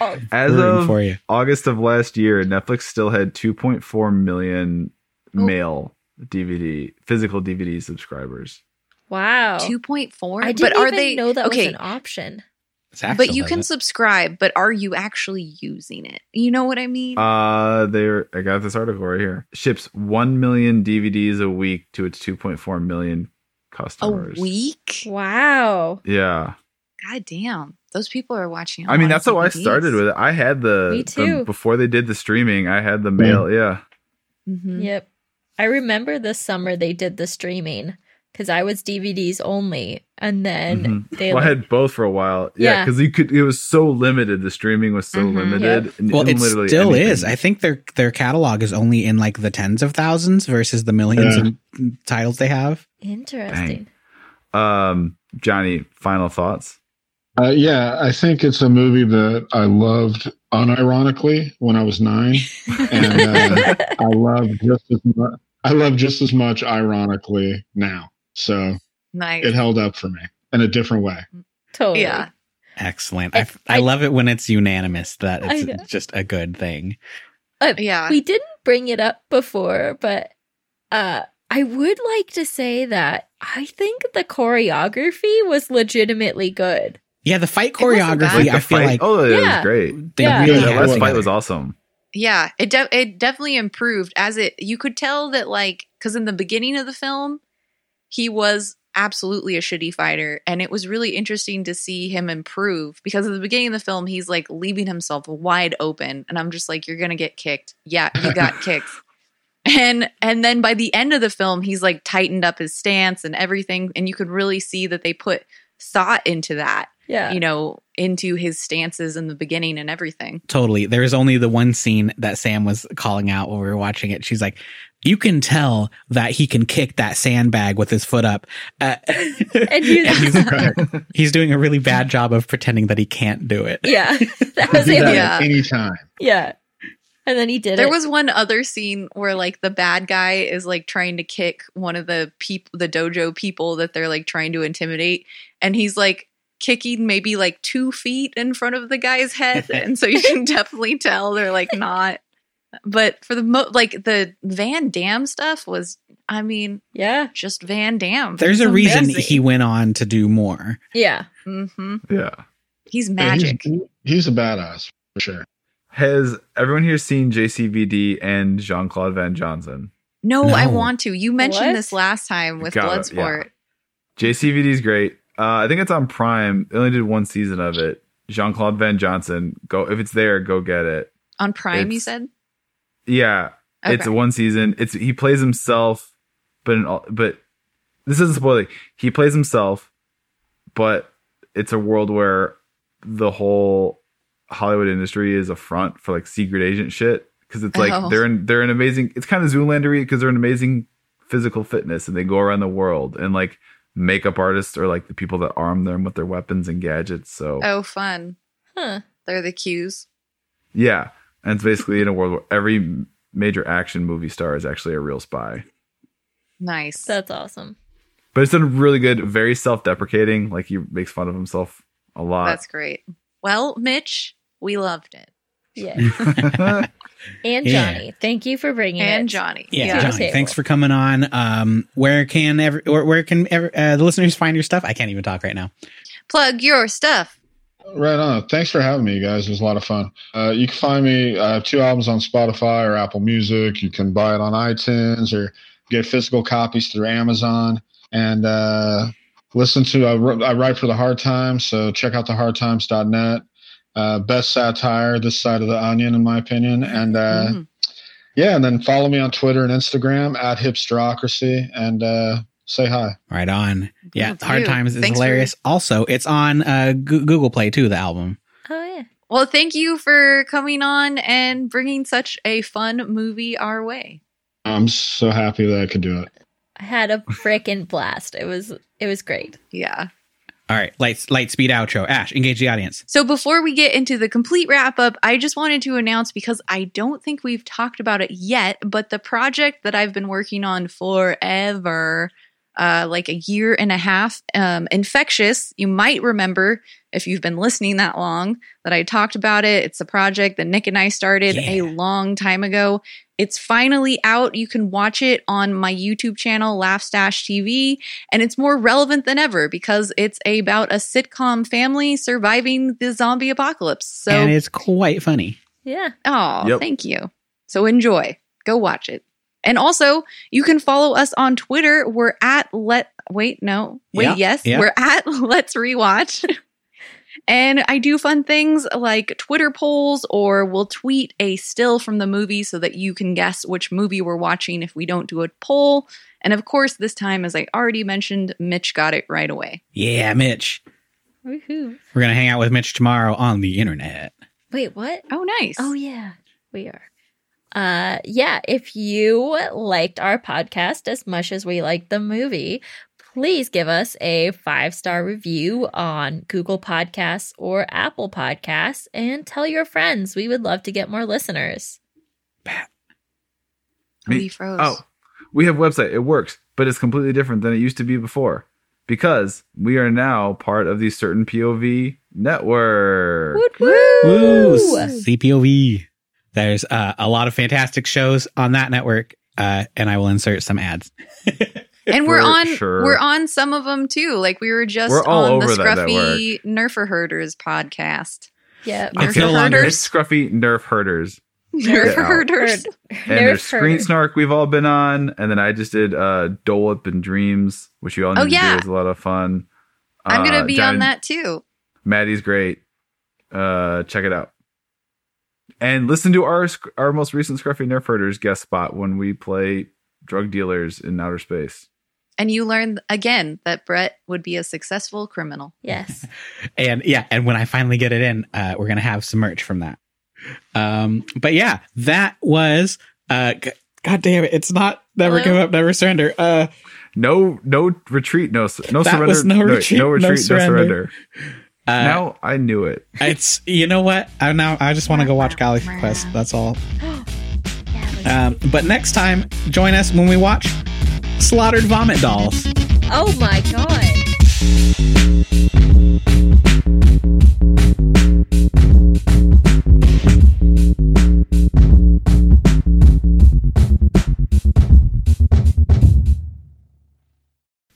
S3: Oh,
S4: As
S2: Rooting
S4: of
S2: for you.
S4: August of last year, Netflix still had 2.4 million
S1: Oh.
S4: male DVD physical DVD subscribers.
S3: wow.
S1: 2.4.
S3: I didn't
S1: but are
S3: even
S1: they
S3: know that
S1: okay?
S3: was an option.
S1: but you can subscribe, but are you actually using it? You know what I mean?
S4: Uh there I got this article right here. Ships 1 million DVDs a week to its 2.4 million
S1: a
S3: Oh,
S4: customers.
S1: week?
S3: Wow.
S4: Yeah.
S1: God damn. Those people are watching. a
S4: I mean,
S1: lot
S4: that's
S1: of
S4: how I
S1: DVDs.
S4: started with it. I had the,
S3: Me
S4: the-
S3: too. Mm.
S4: before they did the streaming. I had the mail. Yeah,
S1: Mhm.
S3: Yep. I remember this summer they did the streaming because I was DVDs only, and then
S5: Mm-hmm.
S3: they
S4: well, I
S3: like,
S4: had both for a while. Yeah,
S3: Yeah. Mm-hmm.
S4: because you could. It was so limited. The streaming was so
S1: Mhm.
S4: limited. and
S2: Well, it
S4: literally
S2: still is.
S4: anything.
S2: I think their their catalog is only in like the tens of thousands versus the millions
S5: Yeah.
S2: of titles they have.
S3: interesting.
S4: um, Johnny, final thoughts.
S5: Uh, yeah, I think it's a movie that I loved unironically when I was nine, and uh, I love just as much. I love just as much ironically now. So
S1: Nice.
S5: it held up for me in a different way.
S3: [laughs] Totally.
S1: Yeah.
S2: Excellent.
S3: I-
S2: I, f- I
S3: I-
S2: love it when it's unanimous that
S3: I know.
S2: it's just a good thing.
S1: Yeah.
S3: We didn't bring it up before, but uh I would like to say that I think the choreography was legitimately good.
S2: Yeah, the fight
S1: wasn't bad.
S2: choreography.
S4: Like the
S2: I feel
S4: fight-
S2: like
S4: oh, it
S3: Yeah.
S4: was great.
S2: they
S3: Yeah.
S2: really
S4: That
S5: Yeah, Yeah.
S2: had
S4: last
S2: it
S4: fight
S2: together.
S4: was awesome.
S1: Yeah, it de- it definitely improved as it you could tell that like cuz in the beginning of the film he was absolutely a shitty fighter and it was really interesting to see him improve because at the beginning of the film he's like leaving himself wide open and I'm just like you're going to get kicked. Yeah, you got kicked. And and then by the end of the film he's like tightened up his stance and everything and you could really see that they put thought into that,
S3: Yeah.
S1: you know, into his stances in the beginning and everything.
S2: Totally. There is only the one scene that Sam was calling out when we were watching it. She's like, "You can tell that he can kick that sandbag with his foot up," uh, [laughs]
S3: And you-
S2: he's, he's doing a really bad job of pretending that he can't do it.
S3: yeah. [laughs] That was
S5: do
S3: it. Yeah.
S5: that
S1: Yeah.
S5: at any time.
S3: And then he did
S1: There
S3: it.
S1: was one other scene where like the bad guy is like trying to kick one of the people the dojo people that they're like trying to intimidate and he's like kicking maybe like 2 feet in front of the guy's
S4: [laughs]
S1: head and so you can definitely tell they're like not but for the mo- like the Van Dam stuff was I mean
S3: yeah.
S1: just Van Dam.
S2: There's a reason he went on to do more.
S3: Yeah.
S1: hmm
S4: Yeah.
S1: He's
S5: Yeah, he's-
S1: magic.
S5: He's, a badass for sure.
S4: Has everyone here seen JCVD and Jean Claude Van Johnson?
S1: no,
S2: No.
S1: I want to. You mentioned
S3: What?
S1: this last time with
S4: Got it, yeah.
S1: Bloodsport.
S4: JCVD is great. Uh, I think it's on Prime. They only did one season of it. Jean Claude Van Johnson. Go if it's there, go get it.
S1: On Prime you
S4: It's-
S1: said?
S4: Yeah, it's one season. It's he plays himself, but in all, but this isn't spoiling. He plays himself, but it's a world where the whole Hollywood industry is a front for like secret agent shit. Because it's like
S1: Oh.
S4: they're in, they're an amazing. It's kind of Zoolandery because they're an amazing physical fitness and they go around the world and like makeup artists are like the people that arm them with their weapons and gadgets. So
S1: Oh fun.
S3: Huh.
S1: They're the cues.
S4: yeah, and it's basically in a world where every major action movie star is actually a real spy.
S1: Nice.
S3: That's awesome.
S4: but it's done really good. Very self-deprecating. Like he makes fun of himself a lot.
S1: That's great. Well, Mitch, we loved it.
S3: Yeah.
S4: [laughs] That's
S3: And
S2: Yeah.
S3: Johnny, thank you for bringing
S1: And
S3: it.
S1: Johnny.
S2: Yeah,
S3: Yeah.
S2: Johnny,
S3: Table.
S2: thanks for coming on. Um, where can every, where, where can every, uh, the listeners find your stuff? I can't even talk right now.
S1: Plug your stuff.
S5: Right on. Thanks for having me, you guys. It was a lot of fun. Uh, you can find me. I have two albums on Spotify or Apple Music. You can buy it on iTunes or get physical copies through Amazon. And uh, listen to I, wr- I write for the Hard Times, so check out the hardtimes.net. Uh, best satire this side of the onion, in my opinion. And uh,
S1: Mhm.
S5: yeah, and then follow me on Twitter and Instagram at Hipsterocracy and uh, say hi.
S2: Right on. Yeah,
S1: Good
S2: Hard
S1: view.
S2: Times is
S1: Thanks for-
S2: hilarious. Also, it's on uh, Goo- Google Play too. The album.
S3: Oh yeah.
S1: Well, thank you for coming on and bringing such a fun movie our way.
S5: I'm so happy that I could do it.
S3: I had a frickin' blast. It was it was great.
S1: Yeah.
S2: All right, light light speed outro. Ash, engage the audience.
S1: So before we get into the complete wrap up, I just wanted to announce because I don't think we've talked about it yet, but the project that I've been working on forever, uh, like a year and a half, um, Infectious, you might remember if you've been listening that long that I talked about it. It's a project that Nick and I started a
S2: Yeah.
S1: long time ago. It's finally out. You can watch it on my YouTube channel, Laugh Stash TV. And it's more relevant than ever because it's about a sitcom family surviving the zombie apocalypse.
S2: and
S1: So,
S2: it's quite funny.
S3: Yeah.
S1: oh,
S4: Yep.
S1: thank you. So, enjoy. Go watch it. And also, you can follow us on Twitter. We're at [laughs] let wait, no, wait,
S2: Yeah,
S1: yes,
S2: yeah.
S1: we're at let's rewatch. And I do fun things like Twitter polls, or we'll tweet a still from the movie so that you can guess which movie we're watching if we don't do a poll. And of course, this time, as I already mentioned, Mitch got it right away.
S2: Yeah, Mitch.
S3: Woohoo.
S2: We're going to hang out with Mitch tomorrow on the internet.
S3: Wait, what?
S1: Oh, nice.
S3: Oh yeah, we are. Uh yeah, if you liked our podcast as much as we liked the movie, please give us a five-star review on Google Podcasts or Apple Podcasts and tell your friends. We would love to get more listeners.
S1: Oh, he froze.
S4: Oh, we have website. It works, but it's completely different than it used to be before because we are now part of the certain POV network.
S3: Woot
S2: Woo!
S3: woo.
S2: CPOV. There's uh, a lot of fantastic shows on that network, uh, and I will insert some ads.
S1: [laughs] and we're
S4: For
S1: on
S4: sure.
S1: we're on some of them too. Like we were just
S4: We're all
S1: on the
S4: over that
S1: scruffy Nerfer herders podcast.
S3: Yeah.
S1: Nerf
S2: It's no longer-
S1: herders.
S4: It's scruffy nerf herders.
S1: [laughs] Nerf
S4: Yeah.
S1: herders.
S4: And there's Screen Snark we've all been on. And then I just did uh Dole Up and Dreams, which you all need
S1: Oh,
S4: to do.
S1: yeah.
S4: It's a lot of fun.
S1: I'm
S4: Uh,
S1: gonna be
S4: Johnny-
S1: on that too.
S4: Maddie's great. Uh, check it out. And listen to our sc- our most recent Scruffy Nerf Herders guest spot when we play drug dealers in outer space.
S1: And you learn again that Brett would be a successful criminal.
S3: Yes.
S2: and yeah, and when I finally get it in, uh, we're gonna have some merch from that. Um, but yeah, that was uh, g- god damn it, it's not never
S3: Hello?
S2: give up, never surrender. Uh,
S4: No, no retreat, no s- no
S2: That
S4: surrender.
S2: was no
S4: wait,
S2: retreat, no surrender.
S4: surrender.
S2: uh
S4: now I knew it.
S2: it's you know what? I now I just want to go watch Galaxy Quest. That's all. Um, but next time, join us when we watch Slaughtered Vomit Dolls.
S3: Oh my god.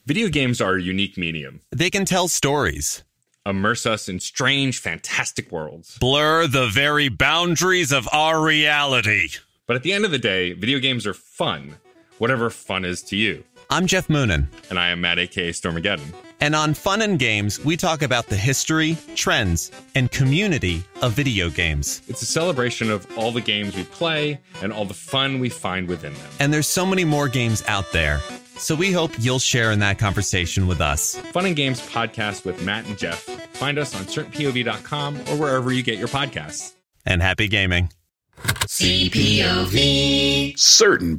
S6: Video games are a unique medium.
S7: They can tell stories,
S6: Immerse us in strange, fantastic worlds.
S7: blur the very boundaries of our reality.
S6: But at the end of the day, video games are fun, whatever fun is to you.
S7: I'm Jeff Moonen,
S6: And I am Matt, aka Stormageddon.
S7: and on Fun and Games, we talk about the history, trends, and community of video games.
S6: It's a celebration of all the games we play and all the fun we find within them.
S7: And there's so many more games out there, so we hope you'll share in that conversation with us.
S6: Fun and Games podcast with Matt and Jeff. Find us on certainpov.com or wherever you get your podcasts.
S7: And happy gaming.
S8: CertainPOV.com.